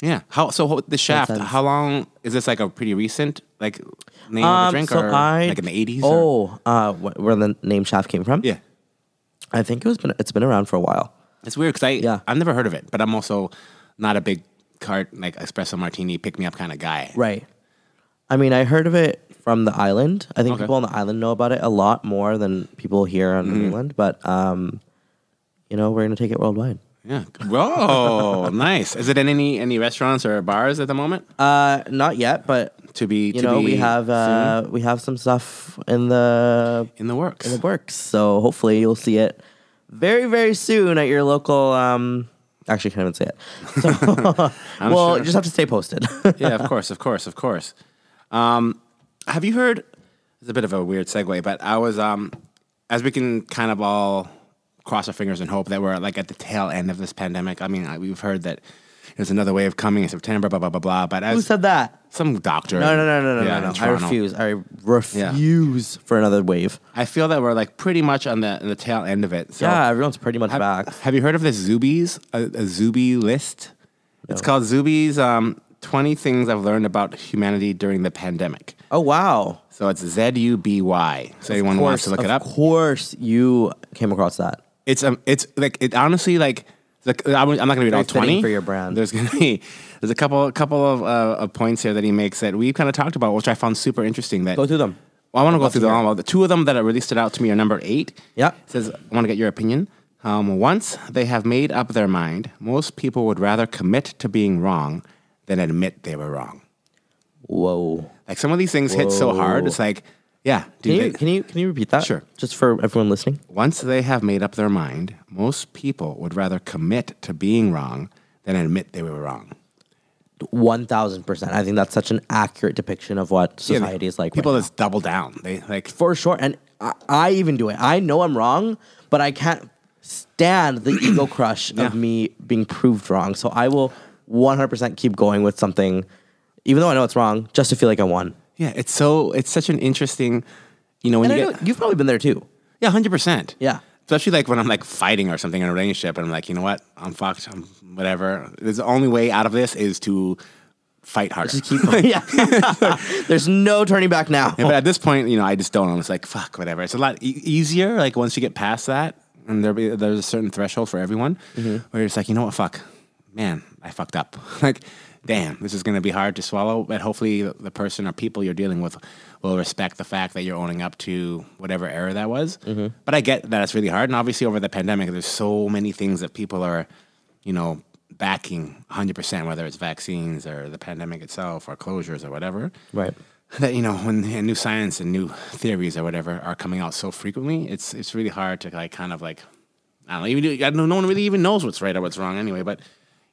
Speaker 2: Yeah. How so? ho- The shaft.
Speaker 3: sense.
Speaker 2: How long is this? Like a pretty recent like name of a
Speaker 3: Um,
Speaker 2: drink,
Speaker 3: so
Speaker 2: or
Speaker 3: I-
Speaker 2: like in the eighties?
Speaker 3: Oh, uh, wh- where the name Shaft came from?
Speaker 2: yeah.
Speaker 3: I think it was been it's been around for a while.
Speaker 2: It's weird because I
Speaker 3: Yeah.
Speaker 2: I've never heard of it, but I'm also not a big cart like espresso martini pick me up kind of guy.
Speaker 3: Right. I mean, I heard of it from the island. I think
Speaker 2: Okay.
Speaker 3: people on the island know about it a lot more than people here on the mainland. But um, you know, we're gonna take it worldwide.
Speaker 2: Yeah. Whoa, nice. Is it in any any restaurants or bars at the moment?
Speaker 3: Uh, not yet, but
Speaker 2: to be.
Speaker 3: Uh, You
Speaker 2: to
Speaker 3: know, we
Speaker 2: be
Speaker 3: have uh, we have some stuff in the
Speaker 2: in the works.
Speaker 3: in the works. So hopefully you'll see it very very soon at your local. Um, actually, I can't even say it. So, well,
Speaker 2: sure.
Speaker 3: you just have to stay posted.
Speaker 2: yeah, of course, of course, of course. Um, have you heard? It's a bit of a weird segue, but I was um, as we can kind of all cross our fingers and hope that we're like at the tail end of this pandemic. I mean, I, we've heard that there's another wave coming in September, blah blah blah blah. But
Speaker 3: Who
Speaker 2: as
Speaker 3: said that?
Speaker 2: some doctor,
Speaker 3: No, no, no, no, no,
Speaker 2: yeah,
Speaker 3: no,
Speaker 2: in
Speaker 3: no. I
Speaker 2: Toronto,
Speaker 3: refuse. I refuse for another wave.
Speaker 2: I feel that we're like pretty much on the on the tail end of it. So
Speaker 3: yeah, everyone's pretty much back.
Speaker 2: Have you heard of the Zubies? A, a Zuby list? It's called Zubies um, 20 Things I've Learned About Humanity During the Pandemic.
Speaker 3: Oh wow!
Speaker 2: So it's Z U B Y. So anyone wants to look it up.
Speaker 3: Of course, you came across that.
Speaker 2: It's um, it's like it honestly like like I'm, I'm not gonna read all
Speaker 3: Very fitting
Speaker 2: twenty
Speaker 3: for your brand.
Speaker 2: There's gonna be there's a couple couple of, uh, of points here that he makes that we kind of talked about, which I found super interesting. That
Speaker 3: Go through them.
Speaker 2: Well, I want to go through
Speaker 3: hear
Speaker 2: them all. The two of them that really stood out to me are number eight.
Speaker 3: Yep.
Speaker 2: It says I want to get your opinion. Um, once they have made up their mind, most people would rather commit to being wrong than admit they were wrong.
Speaker 3: Whoa!
Speaker 2: Like some of these things hit so hard, it's like, yeah,
Speaker 3: Can
Speaker 2: dude.
Speaker 3: you
Speaker 2: they-
Speaker 3: can you can you repeat that?
Speaker 2: Sure.
Speaker 3: Just for everyone listening.
Speaker 2: Once they have made up their mind, most people would rather commit to being wrong than admit they were wrong.
Speaker 3: One thousand percent. I think that's such an accurate depiction of what society is like.
Speaker 2: People
Speaker 3: right
Speaker 2: just double down. They like
Speaker 3: now. for sure, and I, I even do it. I know I'm wrong, but I can't stand the ego crush
Speaker 2: Yeah.
Speaker 3: of me being proved wrong. So I will one hundred percent keep going with something, even though I know it's wrong, just to feel like I won.
Speaker 2: yeah. It's so it's such an interesting, you know, when
Speaker 3: And I
Speaker 2: you
Speaker 3: know
Speaker 2: get
Speaker 3: you've probably been there too.
Speaker 2: yeah, hundred percent.
Speaker 3: Yeah.
Speaker 2: especially like when I'm like fighting or something in a relationship, and I'm like, you know what, I'm fucked. I'm whatever. The only way out of this is to fight harder.
Speaker 3: yeah. There's no turning back now.
Speaker 2: Yeah, but at this point, you know, I just don't. I'm just like, fuck, whatever. It's a lot e- easier. Like once you get past that, and there be, there's a certain threshold for everyone, where it's like, you know what, fuck, man, I fucked up. like, damn, this is gonna be hard to swallow. But hopefully, the- the person or people you're dealing with will respect the fact that you're owning up to whatever error that was. But I get that it's really hard, and obviously, over the pandemic, there's so many things that people are, you know. Backing 100%, whether it's vaccines or the pandemic itself or closures or whatever
Speaker 3: Right.
Speaker 2: that you know when and new science and new theories or whatever are coming out so frequently it's it's really hard to like kind of like i don't know even do- I don't, know, no one really even knows what's right or what's wrong anyway but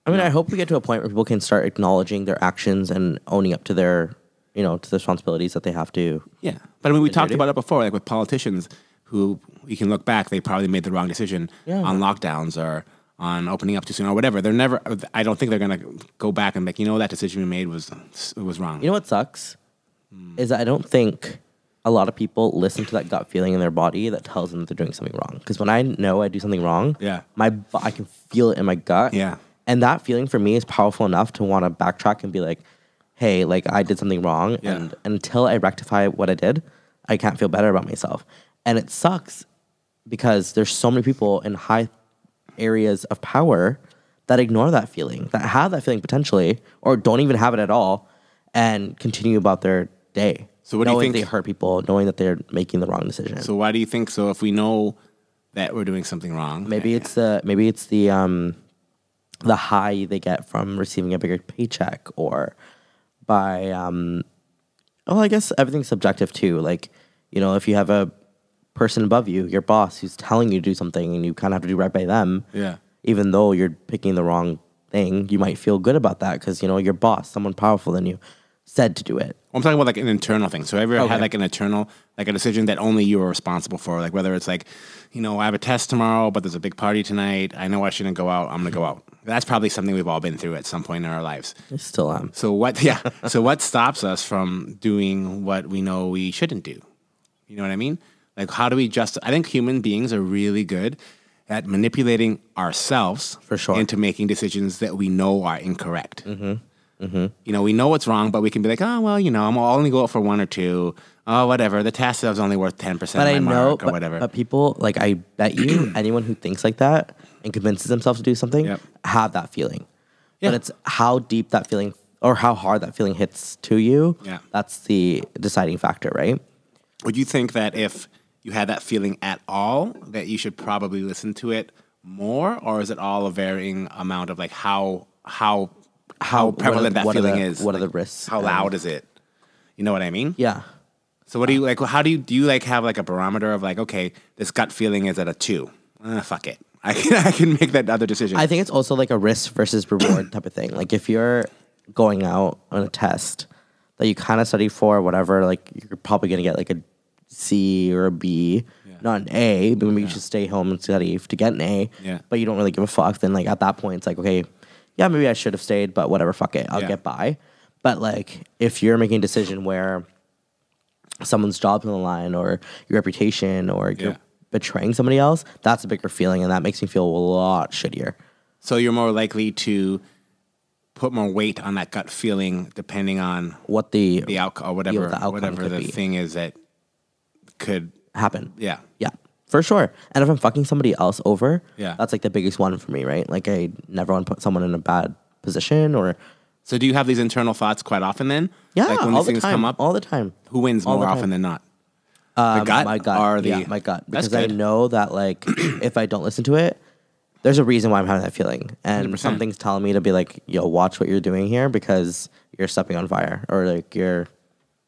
Speaker 3: I mean, I hope we get to a point where people can start acknowledging their actions and owning up to their, you know, to the responsibilities that they have to.
Speaker 2: yeah but i mean we talked
Speaker 3: do.
Speaker 2: about it before like with politicians who you can look back they probably made the wrong decision
Speaker 3: Yeah.
Speaker 2: on lockdowns or on opening up too soon or whatever they're never i don't think they're going to go back and be like you know that decision we made was was wrong
Speaker 3: You know what sucks is that I don't think a lot of people listen to that gut feeling in their body that tells them that they're doing something wrong. Because when I know I do something wrong,
Speaker 2: Yeah.
Speaker 3: my bu- I can feel it in my gut.
Speaker 2: Yeah.
Speaker 3: and that feeling for me is powerful enough to want to backtrack and be like, "Hey, like I did something wrong,
Speaker 2: Yeah.
Speaker 3: and until I rectify what I did, I can't feel better about myself." And it sucks because there's so many people in high areas of power that ignore that feeling, that have that feeling potentially, or don't even have it at all, and continue about their day.
Speaker 2: So what do you
Speaker 3: knowing
Speaker 2: think-
Speaker 3: they hurt people, knowing that they're making the wrong decision.
Speaker 2: so why do you think so if we know that we're doing something wrong
Speaker 3: maybe it's the maybe it's the um, the high they get from receiving a bigger paycheck, or by um, well, I guess everything's subjective too. Like you know, if you have a person above you, your boss, who's telling you to do something, and you kind of have to do right by them.
Speaker 2: yeah
Speaker 3: even though you're picking the wrong thing, you might feel good about that because you know your boss, someone powerful than you, said to do it.
Speaker 2: I'm talking about like an internal thing. So have you ever had
Speaker 3: Okay.
Speaker 2: like an internal, like a decision that only you were responsible for? Like whether it's like, you know, I have a test tomorrow, but there's a big party tonight. I know I shouldn't go out. I'm gonna go out. That's probably something we've all been through at some point in our lives.
Speaker 3: I still um, am.
Speaker 2: So what? Yeah. so what stops us from doing what we know we shouldn't do? You know what I mean? Like how do we just? I think human beings are really good at manipulating ourselves
Speaker 3: For sure. Mm-hmm.
Speaker 2: into making decisions that we know are incorrect. You know, we know what's wrong, but we can be like, oh well, you know, I'm I'll only go out for one or two. Oh, whatever. The task is only worth ten percent
Speaker 3: But
Speaker 2: of my
Speaker 3: I know,
Speaker 2: mark or
Speaker 3: but,
Speaker 2: whatever.
Speaker 3: but people like I bet you anyone who thinks like that and convinces themselves to do something
Speaker 2: Yep.
Speaker 3: have that feeling.
Speaker 2: Yeah.
Speaker 3: But it's how deep that feeling or how hard that feeling hits to you.
Speaker 2: Yeah.
Speaker 3: That's the deciding factor, right?
Speaker 2: Would you think that if you had that feeling at all, that you should probably listen to it more, or is it all a varying amount of like how how how,
Speaker 3: How- what are
Speaker 2: prevalent
Speaker 3: the-
Speaker 2: that
Speaker 3: what are
Speaker 2: feeling
Speaker 3: the-
Speaker 2: is?
Speaker 3: what are
Speaker 2: Like,
Speaker 3: the risks
Speaker 2: How
Speaker 3: and-
Speaker 2: loud is it? You know what I mean?
Speaker 3: Yeah.
Speaker 2: So what do you like? How do you do? You like have like a barometer of like, okay, this gut feeling is at a two. Uh, fuck it, I can I can make that other decision.
Speaker 3: I think it's also like a risk versus reward type of thing. Like if you're going out on a test that you kind of study for, whatever, like you're probably gonna get like a C or a B, not an A. But maybe you should stay home and study f- to get an A.
Speaker 2: Yeah.
Speaker 3: But you don't really give a fuck. Then like at that point, it's like okay, yeah, maybe I should have stayed, but whatever, fuck it, I'll
Speaker 2: Yeah.
Speaker 3: get by. But like if you're making a decision where someone's job on the line or your reputation or
Speaker 2: Yeah.
Speaker 3: you're betraying somebody else, that's a bigger feeling and that makes me feel a lot shittier.
Speaker 2: so you're more likely to put more weight on that gut feeling, depending on
Speaker 3: What the,
Speaker 2: the outcome or whatever,
Speaker 3: the outcome
Speaker 2: whatever
Speaker 3: could
Speaker 2: the
Speaker 3: be.
Speaker 2: thing is that could.
Speaker 3: happen.
Speaker 2: Yeah.
Speaker 3: Yeah. For sure. And if I'm fucking somebody else over,
Speaker 2: Yeah.
Speaker 3: that's like the biggest one for me, right? Like I never want to put someone in a bad position or
Speaker 2: So do you have these internal thoughts quite often then?
Speaker 3: yeah,
Speaker 2: Like when
Speaker 3: all
Speaker 2: these
Speaker 3: the
Speaker 2: things
Speaker 3: time,
Speaker 2: come up,
Speaker 3: all the time.
Speaker 2: who wins
Speaker 3: all the
Speaker 2: more
Speaker 3: time.
Speaker 2: often than not? the
Speaker 3: Um,
Speaker 2: gut
Speaker 3: my gut,
Speaker 2: or the
Speaker 3: yeah, my gut,
Speaker 2: That's
Speaker 3: because I
Speaker 2: good.
Speaker 3: know that like if I don't listen to it, there's a reason why I'm having that feeling, and
Speaker 2: 100%.
Speaker 3: something's telling me to be like, yo, watch what you're doing here because you're stepping on fire, or like you're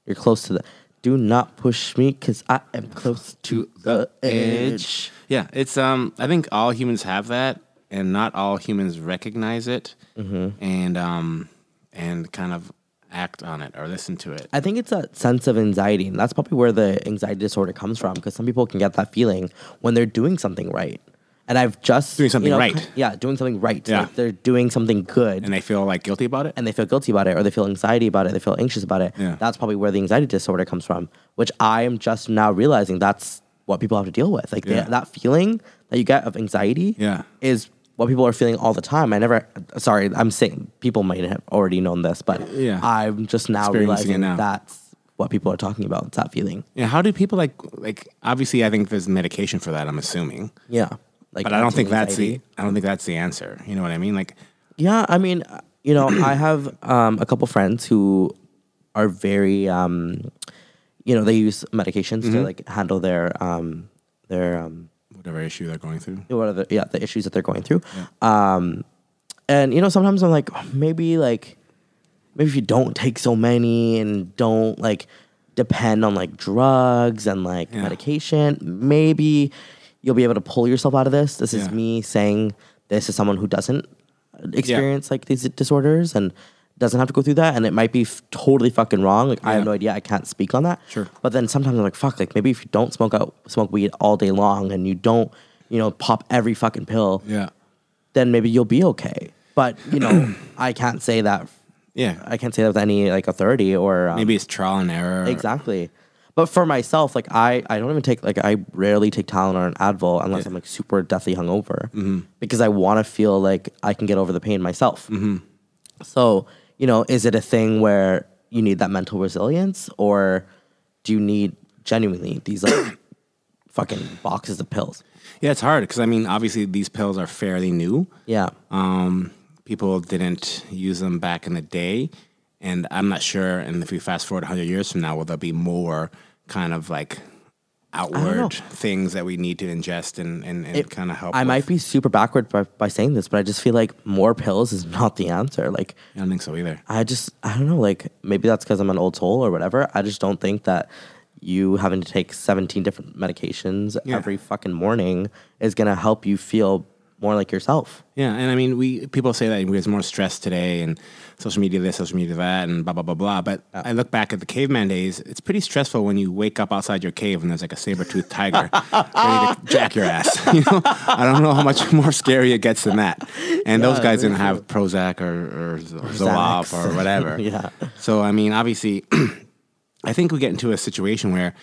Speaker 3: you're close to the. Do not push me because I am close to the edge.
Speaker 2: Yeah, it's um. I think all humans have that, and not all humans recognize it,
Speaker 3: Mm-hmm.
Speaker 2: and um, and kind of act on it or listen to it.
Speaker 3: I think it's that sense of anxiety, and that's probably where the anxiety disorder comes from. Because some people can get that feeling when they're doing something right, and I've just
Speaker 2: Doing something
Speaker 3: you know,
Speaker 2: right.
Speaker 3: ki- Yeah, doing something right.
Speaker 2: Yeah.
Speaker 3: Like they're doing something good,
Speaker 2: and they feel like guilty about it.
Speaker 3: and they feel guilty about it or they feel anxiety about it they feel anxious about it
Speaker 2: Yeah.
Speaker 3: that's probably where the anxiety disorder comes from which i am just now realizing that's what people have to deal with like they-
Speaker 2: Yeah.
Speaker 3: that feeling that you get of anxiety
Speaker 2: Yeah.
Speaker 3: is what people are feeling all the time i never sorry i'm saying people might have already known this but
Speaker 2: Yeah.
Speaker 3: i'm just now
Speaker 2: Experiencing it
Speaker 3: realizing
Speaker 2: now.
Speaker 3: that's what people are talking about it's that feeling
Speaker 2: yeah, how do people like like? Obviously, I think there's medication for that. I'm assuming,
Speaker 3: yeah like
Speaker 2: but I don't think that's
Speaker 3: anxiety.
Speaker 2: the I don't think that's the answer. You know what I mean? Like,
Speaker 3: Yeah, I mean, uh, you know, I have um, a couple friends who are very, um, you know, they use medications to like handle their um, their um,
Speaker 2: whatever issue they're going through.
Speaker 3: what are the yeah the issues that they're going through. Um, and you know, sometimes I'm like maybe like maybe if you don't take so many and don't like depend on like drugs and like
Speaker 2: Yeah.
Speaker 3: medication, maybe you'll be able to pull yourself out of this. This is
Speaker 2: Yeah.
Speaker 3: me saying this is someone who doesn't experience like these disorders and doesn't have to go through that and it might be f- totally fucking wrong like i
Speaker 2: Yeah.
Speaker 3: have no idea i can't speak on that
Speaker 2: Sure.
Speaker 3: but then sometimes i'm like fuck like maybe if you don't smoke out smoke weed all day long and you don't you know pop every fucking pill
Speaker 2: Yeah,
Speaker 3: then maybe you'll be okay but you know i can't say that
Speaker 2: yeah.
Speaker 3: i can't say that with any like authority or um,
Speaker 2: Maybe it's trial and error.
Speaker 3: Exactly. But for myself, like I, I don't even take like I rarely take Tylenol or an Advil unless I'm like super deathly hungover because I want to feel like I can get over the pain myself. So you know, is it a thing where you need that mental resilience, or do you need genuinely these like fucking boxes of pills?
Speaker 2: Yeah, it's hard because I mean, obviously, these pills are fairly new.
Speaker 3: Yeah,
Speaker 2: Um, people didn't use them back in the day, and I'm not sure. And if we fast forward 100 years from now, will there be more kind of like outward things that we need to ingest and and, and kind of help?
Speaker 3: I
Speaker 2: with?
Speaker 3: might be super backward by, by saying this, but I just feel like more pills is not the answer. Like
Speaker 2: I don't think so either.
Speaker 3: I just I don't know like maybe that's because I'm an old soul or whatever. I just don't think that you having to take 17 different medications
Speaker 2: Yeah.
Speaker 3: every fucking morning is gonna help you feel more like yourself.
Speaker 2: Yeah, and I mean, we people say that there's more stress today, and social media this, social media that, and blah blah blah blah. But I look back at the caveman days; it's pretty stressful when you wake up outside your cave and there's like a saber-toothed tiger ready to jack your ass. You know, I don't know how much more scary it gets than that. And those guys didn't have Prozac or, or, Z- Zoloft
Speaker 3: Xanax.
Speaker 2: or whatever.
Speaker 3: Yeah.
Speaker 2: So I mean, obviously, I think we get into a situation where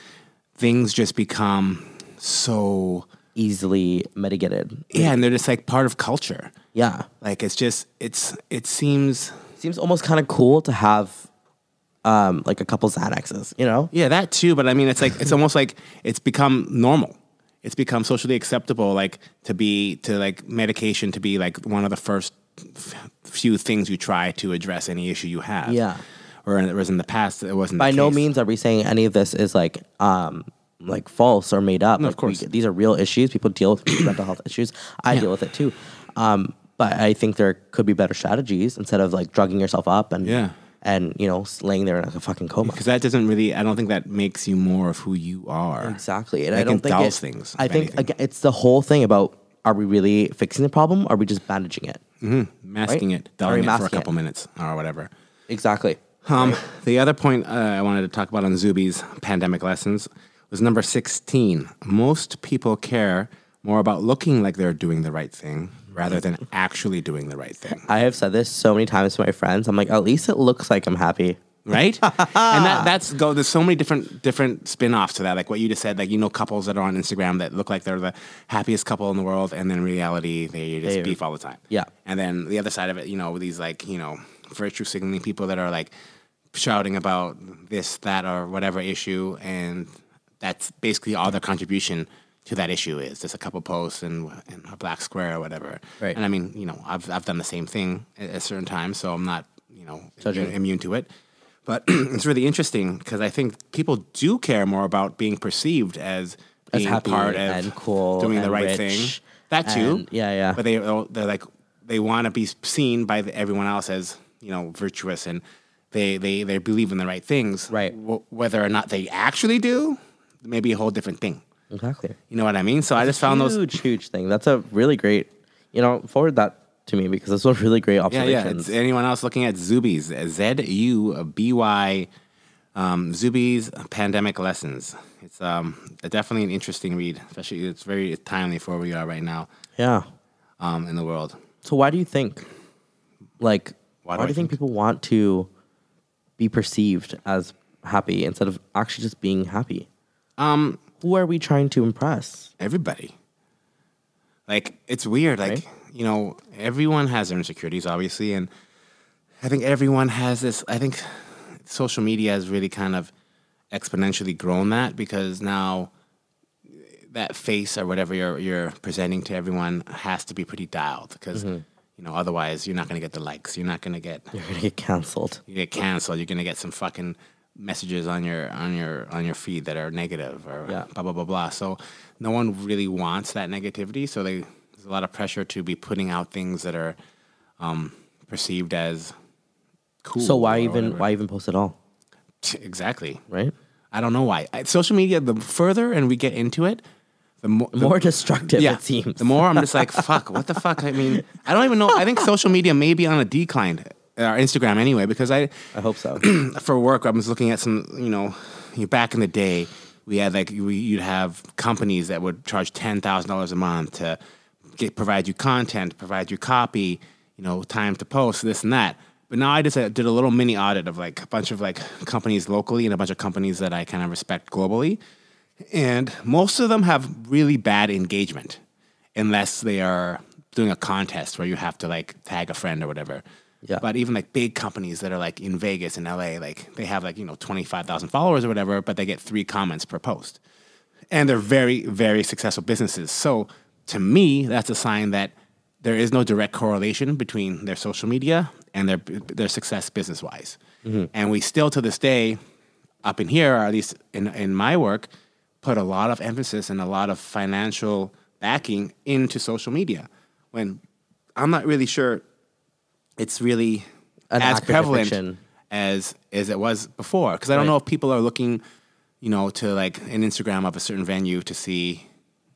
Speaker 2: things just become so
Speaker 3: Easily mitigated.
Speaker 2: yeah, and they're just like part of culture.
Speaker 3: Yeah.
Speaker 2: Like it's just it's it seems
Speaker 3: Seems almost kind of cool to have um like a couple Xanaxes, you know?
Speaker 2: yeah that too, but I mean it's like it's almost like it's become normal. It's become socially acceptable, like to be to like medication to be like one of the first f- few things you try to address any issue you have.
Speaker 3: Yeah.
Speaker 2: or it was in the past. It wasn't
Speaker 3: By
Speaker 2: the
Speaker 3: no
Speaker 2: case.
Speaker 3: means are we saying any of this is like um like false or made up.
Speaker 2: of
Speaker 3: Like, we-
Speaker 2: course.
Speaker 3: these are real issues. People deal with mental health issues. I deal with it too. Um, but I think there could be better strategies instead of like drugging yourself up and
Speaker 2: Yeah.
Speaker 3: and you know s- laying there in like a fucking coma.
Speaker 2: Because that doesn't really, I don't think that makes you more of who you are.
Speaker 3: Exactly, and
Speaker 2: They
Speaker 3: I don't
Speaker 2: can
Speaker 3: think
Speaker 2: douse
Speaker 3: it-
Speaker 2: things,
Speaker 3: I
Speaker 2: if
Speaker 3: think
Speaker 2: anything.
Speaker 3: again, it's the whole thing about are we really fixing the problem? Or are we just bandaging it?
Speaker 2: Masking
Speaker 3: Right?
Speaker 2: it, dulling
Speaker 3: Already
Speaker 2: it for a
Speaker 3: masking it.
Speaker 2: couple minutes or whatever.
Speaker 3: Exactly.
Speaker 2: Um, the other point uh, I wanted to talk about on Zuby's pandemic lessons was number 16. Most people care more about looking like they're doing the right thing rather than actually doing the right thing.
Speaker 3: I have said this so many times to my friends. I'm like, at least it looks like I'm happy.
Speaker 2: right? and that, that's go. There's so many different different spin offs to that. Like what you just said, like you know, couples that are on Instagram that look like they're the happiest couple in the world, and then in reality they just
Speaker 3: They-
Speaker 2: beef all the time.
Speaker 3: Yeah.
Speaker 2: And then the other side of it, you know, these like you know virtue signaling people that are like shouting about this, that, or whatever issue, and that's basically all their contribution. To that issue is just a couple posts and, and a black square or whatever.
Speaker 3: Right.
Speaker 2: And I mean, you know, I've, I've done the same thing at, at certain times, so I'm not, you know,
Speaker 3: Judging.
Speaker 2: immune- immune to it. But it's really interesting because I think people do care more about being perceived as
Speaker 3: As
Speaker 2: being
Speaker 3: happy
Speaker 2: part of
Speaker 3: and cool
Speaker 2: doing the
Speaker 3: and
Speaker 2: right thing.
Speaker 3: rich
Speaker 2: That too,
Speaker 3: and- yeah, yeah.
Speaker 2: But they oh, they're like they want to be seen by the, everyone else as you know virtuous and they they they believe in the right things,
Speaker 3: Right.
Speaker 2: Wh- whether or not they actually do, maybe a whole different thing.
Speaker 3: Exactly.
Speaker 2: You know what I mean? So I just found those
Speaker 3: huge, huge thing. That's a really great. You know, forward that to me because those were really great
Speaker 2: Yeah, yeah. It's
Speaker 3: observations.
Speaker 2: anyone else looking at Zubies? Z U B Y. Um, Zubies pandemic lessons. It's um, definitely an interesting read, especially it's very timely for where we are right now
Speaker 3: yeah.
Speaker 2: um, in the world.
Speaker 3: So why do you think, like, why,
Speaker 2: Why do
Speaker 3: do
Speaker 2: I
Speaker 3: you think, people want to be perceived as happy instead of actually just being happy?
Speaker 2: Um,
Speaker 3: Who are we trying to impress?
Speaker 2: everybody. Like it's weird. Like
Speaker 3: Right?
Speaker 2: you know, everyone has their insecurities, obviously, and I think everyone has this. I think social media has really kind of exponentially grown that because now that face or whatever you're you're presenting to everyone has to be pretty dialed because you know otherwise you're not going to get the likes. You're not going to get
Speaker 3: You're gonna get canceled.
Speaker 2: you get canceled. You're gonna get some fucking messages on your on your on your feed that are negative or
Speaker 3: Yeah.
Speaker 2: blah blah blah blah. So no one really wants that negativity. So they, there's a lot of pressure to be putting out things that are um, perceived as cool.
Speaker 3: So why
Speaker 2: or
Speaker 3: even
Speaker 2: whatever.
Speaker 3: why even post at all?
Speaker 2: exactly?
Speaker 3: Right?
Speaker 2: I don't know why. I, social media. The further and we get into it, the more the
Speaker 3: More destructive it seems.
Speaker 2: the more I'm just like, fuck, what the fuck? I mean, I don't even know. I think social media may be on a decline, or Instagram anyway, because I,
Speaker 3: I hope so.
Speaker 2: for work, I was looking at some, you know, you- back in the day, we had like, we, you'd have companies that would charge $10,000 a month to get, provide you content, provide you copy, you know, time to post, this and that. But now I just uh, did a little mini audit of like a bunch of like companies locally and a bunch of companies that I kind of respect globally. And most of them have really bad engagement unless they are doing a contest where you have to like tag a friend or whatever.
Speaker 3: Yeah.
Speaker 2: But even like big companies that are like in Vegas and LA, like they have like, you know, 25,000 followers or whatever, but they get three comments per post. And they're very, very successful businesses. So to me, that's a sign that there is no direct correlation between their social media and their, their success business wise. And we still to this day, up in here, or at least in, in my work, put a lot of emphasis and a lot of financial backing into social media when I'm not really sure it's really
Speaker 3: An
Speaker 2: as
Speaker 3: accurate
Speaker 2: prevalent
Speaker 3: depiction.
Speaker 2: as as it was before. Because I don't
Speaker 3: Right.
Speaker 2: know if people are looking, you know, to like an Instagram of a certain venue to see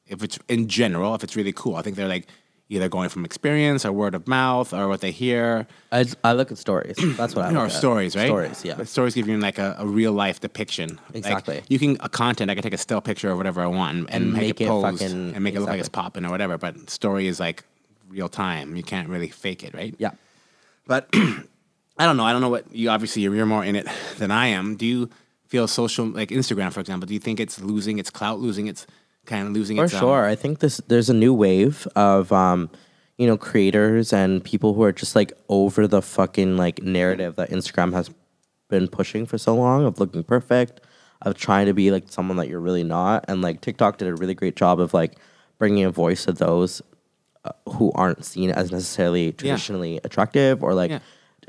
Speaker 2: if it's in general if it's really cool. I think they're like either going from experience or word of mouth or what they hear
Speaker 3: I, I look at stories. That's what I
Speaker 2: or
Speaker 3: look at.
Speaker 2: stories, right?
Speaker 3: Stories, yeah.
Speaker 2: But stories give you like a, a real life depiction. Like,
Speaker 3: Exactly.
Speaker 2: you can a content. I can take a still picture or whatever I want and, and
Speaker 3: And
Speaker 2: make,
Speaker 3: make
Speaker 2: it
Speaker 3: it
Speaker 2: posed
Speaker 3: fucking-
Speaker 2: and make it look
Speaker 3: exactly.
Speaker 2: like it's popping or whatever. But story is like real time. You can't really fake it, right?
Speaker 3: Yeah.
Speaker 2: But I don't know. I don't know what you. Obviously, you're, you're more in it than I am. Do you feel social like Instagram, for example? Do you think it's losing its clout, losing its kind of losing
Speaker 3: For
Speaker 2: its um,
Speaker 3: sure. I think this there's a new wave of um, you know, creators and people who are just like over the fucking like narrative that Instagram has been pushing for so long of looking perfect, of trying to be like someone that you're really not. And like TikTok did a really great job of like bringing a voice to those uh, who aren't seen as necessarily traditionally attractive or like
Speaker 2: Yeah.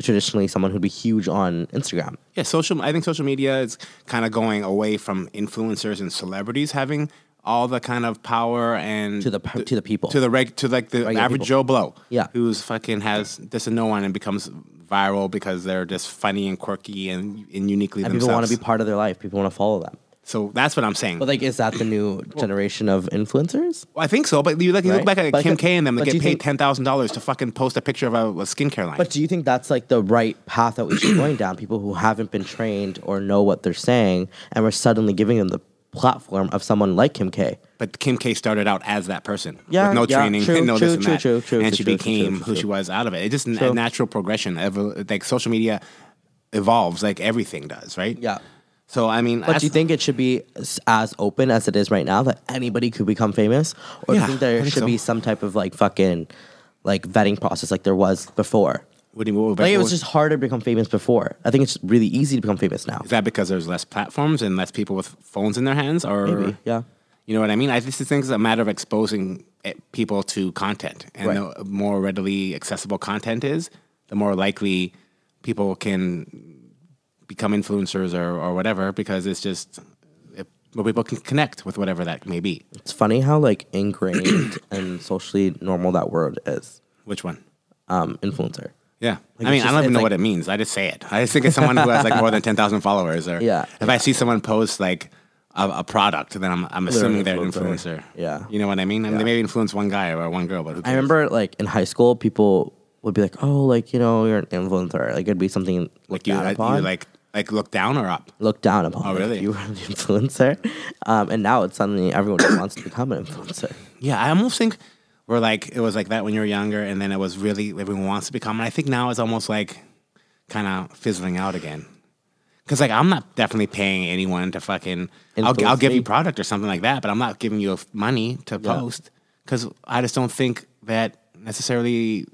Speaker 3: traditionally someone who'd be huge on Instagram.
Speaker 2: Yeah, social. I think social media is kind of going away from influencers and celebrities having all the kind of power and
Speaker 3: To the p- to the people.
Speaker 2: to the reg to like the
Speaker 3: Regular
Speaker 2: average
Speaker 3: people.
Speaker 2: Joe Blow,
Speaker 3: Yeah.
Speaker 2: who's fucking has this and no one and becomes viral because they're just funny and quirky and, and uniquely
Speaker 3: And people
Speaker 2: themselves.
Speaker 3: want to be part of their life. People want to follow them.
Speaker 2: so that's what I'm saying.
Speaker 3: But like, is that the new generation of influencers?
Speaker 2: Well, I think so, but you, like, you look
Speaker 3: Right.
Speaker 2: back at
Speaker 3: But
Speaker 2: Kim
Speaker 3: could-
Speaker 2: K and them that
Speaker 3: but do
Speaker 2: get
Speaker 3: you
Speaker 2: paid
Speaker 3: think-
Speaker 2: ten thousand dollars to fucking post a picture of a, a skincare line.
Speaker 3: But do you think that's like the right path that we should be going down? People who haven't been trained or know what they're saying, and we're suddenly giving them the platform of someone like Kim K.
Speaker 2: But Kim K started out as that person
Speaker 3: Yeah,
Speaker 2: with no
Speaker 3: yeah,
Speaker 2: training
Speaker 3: true,
Speaker 2: and no
Speaker 3: true,
Speaker 2: this and
Speaker 3: true,
Speaker 2: that,
Speaker 3: true, true,
Speaker 2: and
Speaker 3: true,
Speaker 2: she
Speaker 3: true, true,
Speaker 2: became
Speaker 3: true,
Speaker 2: who she
Speaker 3: true.
Speaker 2: was out of it. It's just a
Speaker 3: True.
Speaker 2: natural progression. Of, like social media evolves, like everything does, right?
Speaker 3: Yeah.
Speaker 2: So I mean,
Speaker 3: But
Speaker 2: that's-
Speaker 3: do you think it should be s- as open as it is right now that anybody could become famous, or do
Speaker 2: Yeah,
Speaker 3: you think
Speaker 2: I
Speaker 3: there
Speaker 2: think
Speaker 3: should
Speaker 2: so.
Speaker 3: be some type of like fucking like vetting process like there was before?
Speaker 2: what do you, what,
Speaker 3: Like it
Speaker 2: what-
Speaker 3: was just harder to become famous before. I think it's really easy to become famous now.
Speaker 2: Is that because there's less platforms and less people with phones in their hands, or
Speaker 3: Maybe, yeah.
Speaker 2: you know what I mean? I just think it's a matter of exposing eh, people to content, and
Speaker 3: Right.
Speaker 2: the more readily accessible content is, the more likely people can become influencers or, or whatever, because it's just eh, more people can connect with whatever that may be.
Speaker 3: It's funny how like ingrained and socially normal that word is.
Speaker 2: Which one?
Speaker 3: Um, influencer.
Speaker 2: Yeah,
Speaker 3: Like,
Speaker 2: I
Speaker 3: it's
Speaker 2: mean, I
Speaker 3: just-
Speaker 2: don't even
Speaker 3: it's
Speaker 2: know
Speaker 3: like-
Speaker 2: what it means. I just say it. I just think it's someone who has like more than ten thousand followers, or
Speaker 3: Yeah,
Speaker 2: If I see someone post like a, a product, then I'm I'm assuming they're an
Speaker 3: influencer.
Speaker 2: influencer.
Speaker 3: Yeah.
Speaker 2: you know what I mean. I mean, they maybe influence one guy or one girl, but who
Speaker 3: I
Speaker 2: cares?
Speaker 3: remember like in high school, people would be like, "Oh, like you know, you're an influencer." Like it'd be something looked
Speaker 2: like you,
Speaker 3: down
Speaker 2: like, you
Speaker 3: upon,
Speaker 2: like like look down or up.
Speaker 3: looked down upon.
Speaker 2: Oh,
Speaker 3: like,
Speaker 2: really?
Speaker 3: you were an influencer, um, and now it's suddenly everyone wants to become an influencer.
Speaker 2: Yeah, I almost think we're like it was like that when you were younger, and then it was really everyone wants to become. And I think now it's almost like kind of fizzling out again. Because like I'm not definitely paying anyone to fucking. I'll, I'll
Speaker 3: Influence
Speaker 2: give you
Speaker 3: me.
Speaker 2: product or something like that, but I'm not giving you f- money to post because I just don't think that necessarily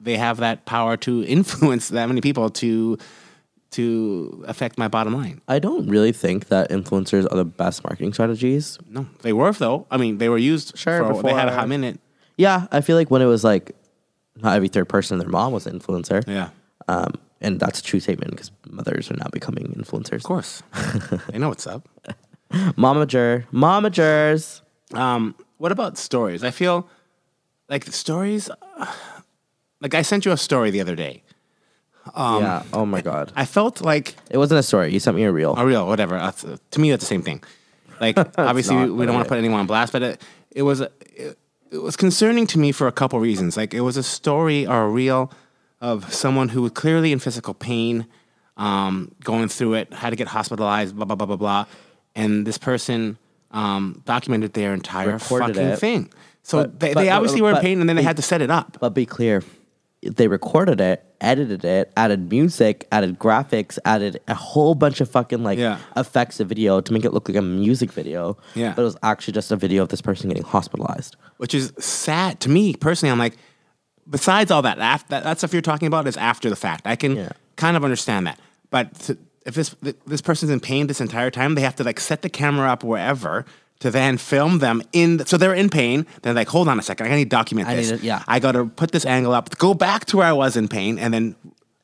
Speaker 2: they have that power to influence that many people to to affect my bottom line.
Speaker 3: I don't really think that influencers are the best marketing strategies.
Speaker 2: No, they were though. I mean, they were used.
Speaker 3: Sure,
Speaker 2: for, they had a
Speaker 3: before-
Speaker 2: hot minute.
Speaker 3: Yeah, I feel like when it was like not every third person, their mom was an influencer.
Speaker 2: Yeah.
Speaker 3: Um, and that's a true statement because mothers are now becoming influencers.
Speaker 2: Of course. they know what's up.
Speaker 3: Momager, momagers.
Speaker 2: Um, what about stories? I feel like the stories, uh, like I sent you a story the other day. Um,
Speaker 3: yeah. Oh my god.
Speaker 2: I felt like,
Speaker 3: It wasn't a story. You sent me a reel.
Speaker 2: oh, real, whatever. That's, uh, to me, that's the same thing. Like, obviously,
Speaker 3: not,
Speaker 2: we, we don't
Speaker 3: but
Speaker 2: want
Speaker 3: it-
Speaker 2: to put anyone on blast, but it, it was, a- it, it was concerning to me for a couple reasons. Like, it was a story or a reel of someone who was clearly in physical pain, um, going through it, had to get hospitalized, blah, blah, blah, blah, blah. And this person um, documented their entire
Speaker 3: Recorded
Speaker 2: fucking
Speaker 3: it.
Speaker 2: thing. So
Speaker 3: But-
Speaker 2: they,
Speaker 3: but-
Speaker 2: they obviously were in
Speaker 3: but-
Speaker 2: pain, and then they had to set it up.
Speaker 3: But be clear, they recorded it, edited it, added music, added graphics, added a whole bunch of fucking like
Speaker 2: Yeah.
Speaker 3: effects of video to make it look like a music video.
Speaker 2: Yeah.
Speaker 3: But it was actually just a video of this person getting hospitalized.
Speaker 2: which is sad to me personally. I'm like, besides all that, af- that, that stuff you're talking about is after the fact. I can
Speaker 3: Yeah.
Speaker 2: kind of understand that, but to, if this th- this person's in pain this entire time, they have to like set the camera up wherever to then film them in. The, so they're in pain. They're like, hold on a second, I need to document
Speaker 3: I
Speaker 2: this.
Speaker 3: need to- yeah.
Speaker 2: I got to put this angle up, go back to where I was in pain, and then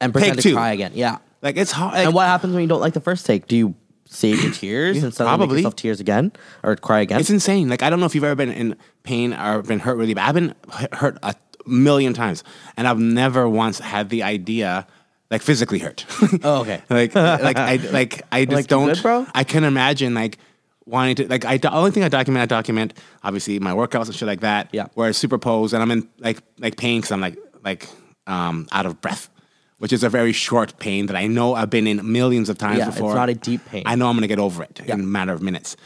Speaker 3: And pretend
Speaker 2: take
Speaker 3: to
Speaker 2: two.
Speaker 3: cry again. Yeah.
Speaker 2: Like it's hard.
Speaker 3: and what happens when you don't like the first take? Do you save your tears and suddenly
Speaker 2: probably.
Speaker 3: make yourself tears again? Or cry again?
Speaker 2: It's insane. Like I don't know if you've ever been in pain or been hurt really bad. I've been hu- hurt a million times, and I've never once had the idea, like physically hurt.
Speaker 3: Oh, okay.
Speaker 2: like like I like I just
Speaker 3: Like, you
Speaker 2: don't.
Speaker 3: good, bro?
Speaker 2: I can imagine like wanting to like I the only thing I document I document obviously my workouts and shit like that.
Speaker 3: Yeah.
Speaker 2: Where it's superposed and I'm in like like pain because I'm like like um out of breath. Which is a very short pain that I know I've been in millions of times
Speaker 3: Yeah, it's
Speaker 2: before.
Speaker 3: not a deep pain.
Speaker 2: I know know I'm gonna get over it in a matter of minutes.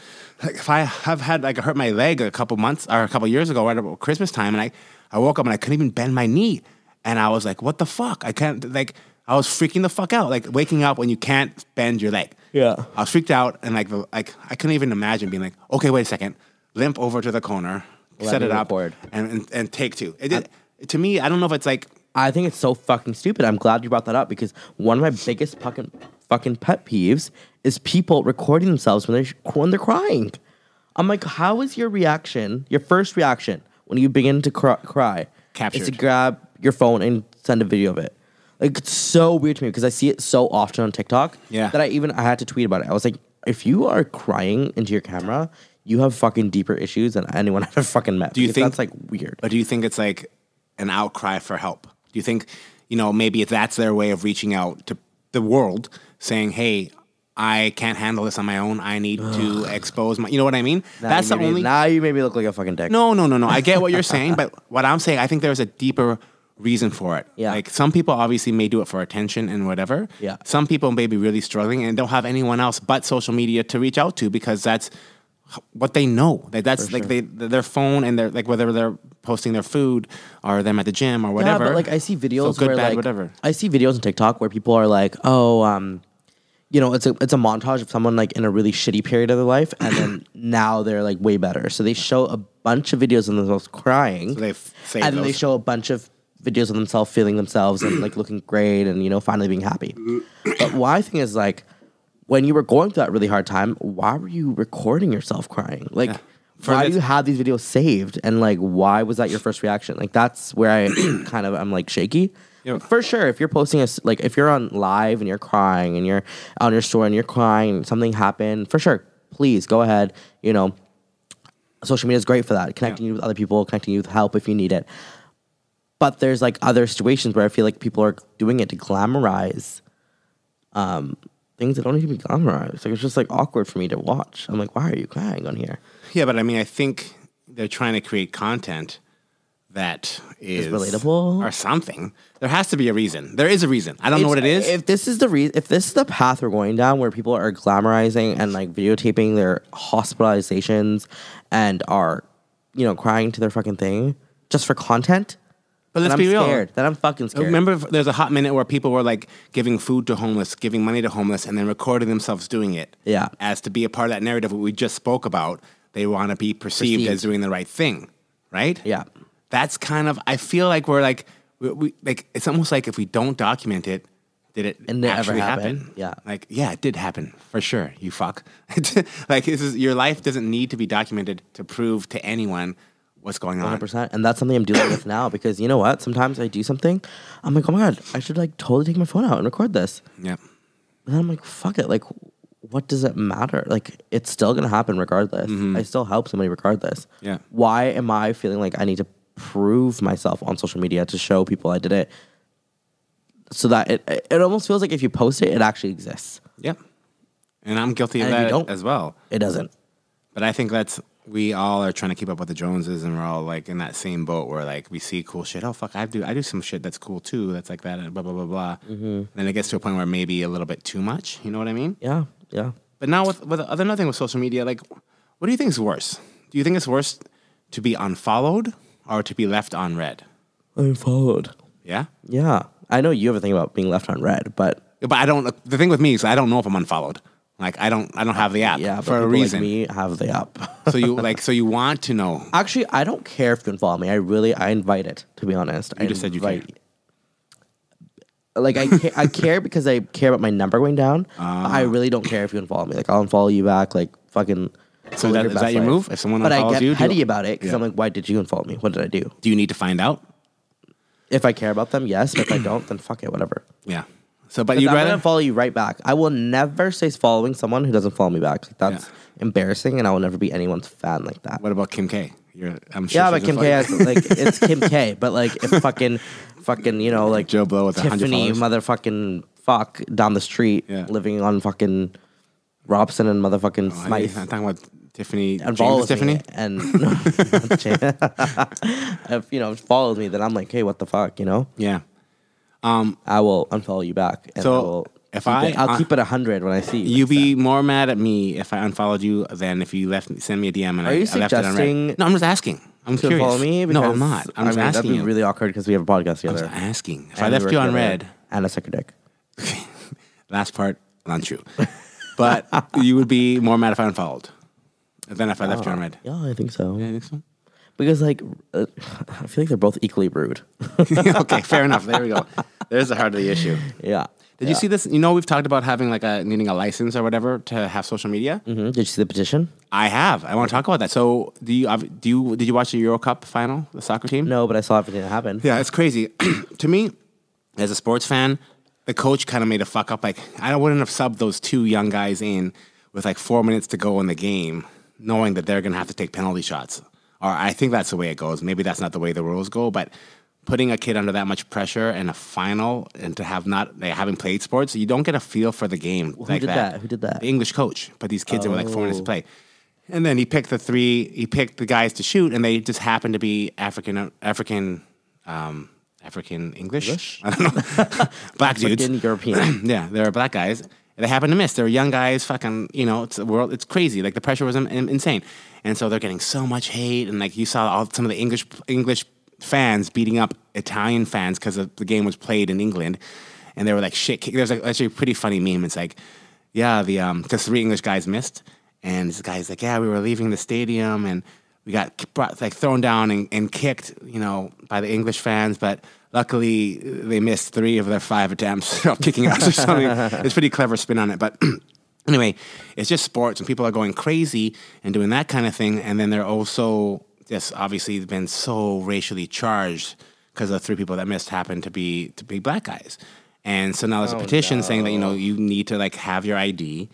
Speaker 2: Like if I have had like I hurt my leg a couple months or a couple years ago, right about Christmas time, and I, I woke up and I couldn't even bend my knee, and I was like, what the fuck? I can't like I was freaking the fuck out, like waking up when you can't bend your leg.
Speaker 3: Yeah.
Speaker 2: I was freaked out and like the- like I couldn't even imagine being like, okay, wait a second, limp over to the corner, set
Speaker 3: me
Speaker 2: it up,
Speaker 3: record.
Speaker 2: and, and and take two. It, did to me, I don't know if it's like
Speaker 3: I think it's so fucking stupid. I'm glad you brought that up because one of my biggest fucking fucking pet peeves is people recording themselves when they're when they're crying. I'm like, how is your reaction, your first reaction when you begin to cry, cry is to
Speaker 2: Captured.
Speaker 3: grab your phone and send a video of it? Like it's so weird to me because I see it so often on TikTok.
Speaker 2: Yeah.
Speaker 3: That I even I had to tweet about it. I was like, if you are crying into your camera, you have fucking deeper issues than anyone I've ever fucking met.
Speaker 2: Do you
Speaker 3: because
Speaker 2: think-
Speaker 3: that's like weird?
Speaker 2: Or do you think it's like an outcry for help? Do you think you know, maybe if that's their way of reaching out to the world, saying, "Hey, I can't handle this on my own. I need to expose my." You know what I mean?
Speaker 3: Now
Speaker 2: that's
Speaker 3: you
Speaker 2: the
Speaker 3: made me-
Speaker 2: only.
Speaker 3: Now you made me look like a fucking dick.
Speaker 2: No, no, no, no. I get what you're saying, but what I'm saying, I think there's a deeper reason for it.
Speaker 3: Yeah.
Speaker 2: Like some people obviously may do it for attention and whatever.
Speaker 3: Yeah.
Speaker 2: Some people may be really struggling and don't have anyone else but social media to reach out to because that's h- what they know. That that's like they their phone and their like whether they're posting their food or them at the gym or whatever.
Speaker 3: Yeah, but like I see videos
Speaker 2: So good,
Speaker 3: where
Speaker 2: bad,
Speaker 3: like
Speaker 2: whatever.
Speaker 3: I see videos on TikTok where people are like, oh, um, you know, it's a it's a montage of someone like in a really shitty period of their life, and then now they're like way better. So they show a bunch of videos of themselves crying,
Speaker 2: they f- save
Speaker 3: and then they
Speaker 2: those.
Speaker 3: show a bunch of videos of themselves feeling themselves and like looking great and you know finally being happy. but why thing is like when you were going through that really hard time, why were you recording yourself crying? Like.
Speaker 2: For
Speaker 3: why do
Speaker 2: this-
Speaker 3: you have these videos saved and like why was that your first reaction like that's where i kind of i'm like shaky
Speaker 2: Yeah.
Speaker 3: for sure if you're posting a s- like if you're on live and you're crying and you're on your store and you're crying and something happened for sure please go ahead you know social media is great for that connecting you with other people connecting you with help if you need it but there's like other situations where i feel like people are doing it to glamorize um things that don't need to be glamorized like it's just like awkward for me to watch i'm like why are you crying on here
Speaker 2: Yeah, but I mean, I think they're trying to create content that is,
Speaker 3: relatable?
Speaker 2: or something. There has to be a reason. There is a reason. I don't know what it
Speaker 3: It's-
Speaker 2: is.
Speaker 3: If this is the reason, if this is the path we're going down, where people are glamorizing and like videotaping their hospitalizations and are, you know, crying to their fucking thing just for content.
Speaker 2: but
Speaker 3: then
Speaker 2: let's
Speaker 3: I'm
Speaker 2: be real.
Speaker 3: Scared. Then I'm fucking scared.
Speaker 2: Remember, if there's a hot minute where people were like giving food to homeless, giving money to homeless, and then recording themselves doing it.
Speaker 3: Yeah.
Speaker 2: As to be a part of that narrative, what we just spoke about, they want to be perceived,
Speaker 3: Perceived.
Speaker 2: as doing the right thing, right?
Speaker 3: Yeah.
Speaker 2: That's kind of. I feel like we're like we, we like. It's almost like if we don't document it, did it
Speaker 3: And it ever
Speaker 2: actually
Speaker 3: happen? Yeah.
Speaker 2: Like yeah, it did happen for sure. You fuck. like this is your life doesn't need to be documented to prove to anyone what's going on.
Speaker 3: 100%. And that's something I'm dealing with now because you know what? Sometimes I do something, I'm like, oh my god, I should like totally take my phone out and record this.
Speaker 2: Yeah.
Speaker 3: But then I'm like, fuck it. Like, what does it matter? Like, it's still gonna happen regardless. I still help somebody regardless.
Speaker 2: Mm-hmm. Yeah.
Speaker 3: Why am I feeling like I need to prove myself on social media to show people I did it? So that it it almost feels like if you post it, it actually exists.
Speaker 2: Yeah. And I'm guilty of
Speaker 3: And if you
Speaker 2: that
Speaker 3: don't-
Speaker 2: as well.
Speaker 3: It doesn't.
Speaker 2: But I think that's we all are trying to keep up with the Joneses, and we're all like in that same boat where like we see cool shit. Oh fuck, I do I do some shit that's cool too. That's like that and blah blah blah blah.
Speaker 3: Mm-hmm.
Speaker 2: Then it gets to a point where maybe a little bit too much. You know what I mean?
Speaker 3: Yeah. Yeah.
Speaker 2: But now with with another thing with social media, like what do you think is worse? Do you think it's worse to be unfollowed or to be left unread?
Speaker 3: I'm followed.
Speaker 2: Yeah.
Speaker 3: Yeah. I know you have a thing about being left on red, but
Speaker 2: But I don't. The thing with me is I don't know if I'm unfollowed. Like I don't. I don't have the app
Speaker 3: yeah, but
Speaker 2: for a
Speaker 3: people
Speaker 2: reason.
Speaker 3: Like me have the app.
Speaker 2: so you like. So you want to know
Speaker 3: actually, I don't care if you can follow me. I really, I invite it. To be honest, I
Speaker 2: You just said you
Speaker 3: invite- Like I, ca- I care because I care about my number going down. but
Speaker 2: Ah.
Speaker 3: I really don't care if you unfollow me. Like I'll unfollow you back. Like fucking.
Speaker 2: So
Speaker 3: live
Speaker 2: that-
Speaker 3: your
Speaker 2: is
Speaker 3: best
Speaker 2: that your
Speaker 3: life.
Speaker 2: move? If someone
Speaker 3: but I
Speaker 2: unfollows
Speaker 3: get
Speaker 2: you, do you-
Speaker 3: petty about it because
Speaker 2: Yeah.
Speaker 3: I'm like, why did you unfollow me? What did I do?
Speaker 2: Do you need to find out?
Speaker 3: If I care about them, yes. But if I don't, then fuck it, whatever.
Speaker 2: Yeah. So, but
Speaker 3: Because
Speaker 2: you'd
Speaker 3: I'm
Speaker 2: rather
Speaker 3: gonna follow you right back. I will never say following someone who doesn't follow me back. Like, that's embarrassing, and I will never be anyone's fan like that.
Speaker 2: What about Kim K? You're, I'm sure
Speaker 3: Yeah,
Speaker 2: she's
Speaker 3: but
Speaker 2: a
Speaker 3: Kim K
Speaker 2: follower.
Speaker 3: has like it's Kim K, but like if fucking fucking you know like
Speaker 2: Joe Blow with a hundred
Speaker 3: Tiffany
Speaker 2: followers.
Speaker 3: motherfucking fuck down the street
Speaker 2: Yeah.
Speaker 3: living on fucking Robson and motherfucking
Speaker 2: Oh, I-
Speaker 3: Smythe.
Speaker 2: I'm talking about Tiffany.
Speaker 3: and
Speaker 2: James
Speaker 3: follows
Speaker 2: Tiffany.
Speaker 3: me and no, not Jane. if you know follows me, then I'm like, hey, what the fuck, you know?
Speaker 2: Yeah.
Speaker 3: I will unfollow you back. And
Speaker 2: So,
Speaker 3: I will
Speaker 2: if
Speaker 3: keep
Speaker 2: I-
Speaker 3: it, I'll
Speaker 2: I-
Speaker 3: keep it hundred when I see you.
Speaker 2: You'd be more mad at me if I unfollowed you than if you left send me a DM and I,
Speaker 3: you
Speaker 2: I left it
Speaker 3: suggesting
Speaker 2: unread. No, I'm just asking. I'm
Speaker 3: to
Speaker 2: curious.
Speaker 3: follow me.
Speaker 2: no, I'm
Speaker 3: because,
Speaker 2: not. I'm
Speaker 3: I
Speaker 2: just
Speaker 3: mean,
Speaker 2: asking
Speaker 3: That'd be
Speaker 2: you.
Speaker 3: really awkward because we have a podcast
Speaker 2: I'm
Speaker 3: together.
Speaker 2: just asking. If I
Speaker 3: and we
Speaker 2: left
Speaker 3: work
Speaker 2: you
Speaker 3: together.
Speaker 2: unread,
Speaker 3: and I suck your dick.
Speaker 2: last part not true, but you would be more mad if I unfollowed than if I left you unread.
Speaker 3: Yeah, I think so.
Speaker 2: You think so?
Speaker 3: Because like, uh, I feel like they're both equally rude.
Speaker 2: okay, fair enough. There we go. There's the heart of the issue.
Speaker 3: yeah.
Speaker 2: Did you see this? You know, we've talked about having like a needing a license or whatever to have social media.
Speaker 3: hmm Did you see the petition?
Speaker 2: I have. I want to talk about that. So, do you have- do you did you watch the Euro Cup final, the soccer team?
Speaker 3: No, but I saw everything that happened.
Speaker 2: Yeah, it's crazy. to me, as a sports fan, the coach kind of made a fuck up. Like, I wouldn't have subbed those two young guys in with like four minutes to go in the game, knowing that they're going to have to take penalty shots. Or I think that's the way it goes. Maybe that's not the way the rules go, but putting a kid under that much pressure and a final and to have not they haven't played sports, you don't get a feel for the game.
Speaker 3: Who did that? Who did that?
Speaker 2: The English coach put these kids in with like four minutes to play. And then he picked the three. He picked the guys to shoot, and they just happened to be African, African, um, African English. I don't know, black dudes.
Speaker 3: Fucking European.
Speaker 2: yeah, they were black guys. And They happened to miss. They were young guys. Fucking, you know, it's the world. It's crazy. Like the pressure was in, in- insane, and so they're getting so much hate. And like you saw all some of the English English fans beating up Italian fans because the game was played in England, and they were like shit. kick- There's like actually a pretty funny meme. It's like, yeah, the um, because three English guys missed, and this guy's like, yeah, we were leaving the stadium and we got k- brought, like thrown down and, and kicked, you know, by the English fans. But luckily, they missed three of their five attempts of kicking us or something. It's pretty clever spin on it, but. Anyway, it's just sports, and people are going crazy and doing that kind of thing. And then they're also just obviously been so racially charged because the three people that missed happened to be to be black guys. And so now there's a petition saying that you
Speaker 3: Oh.
Speaker 2: know you need to like have your ID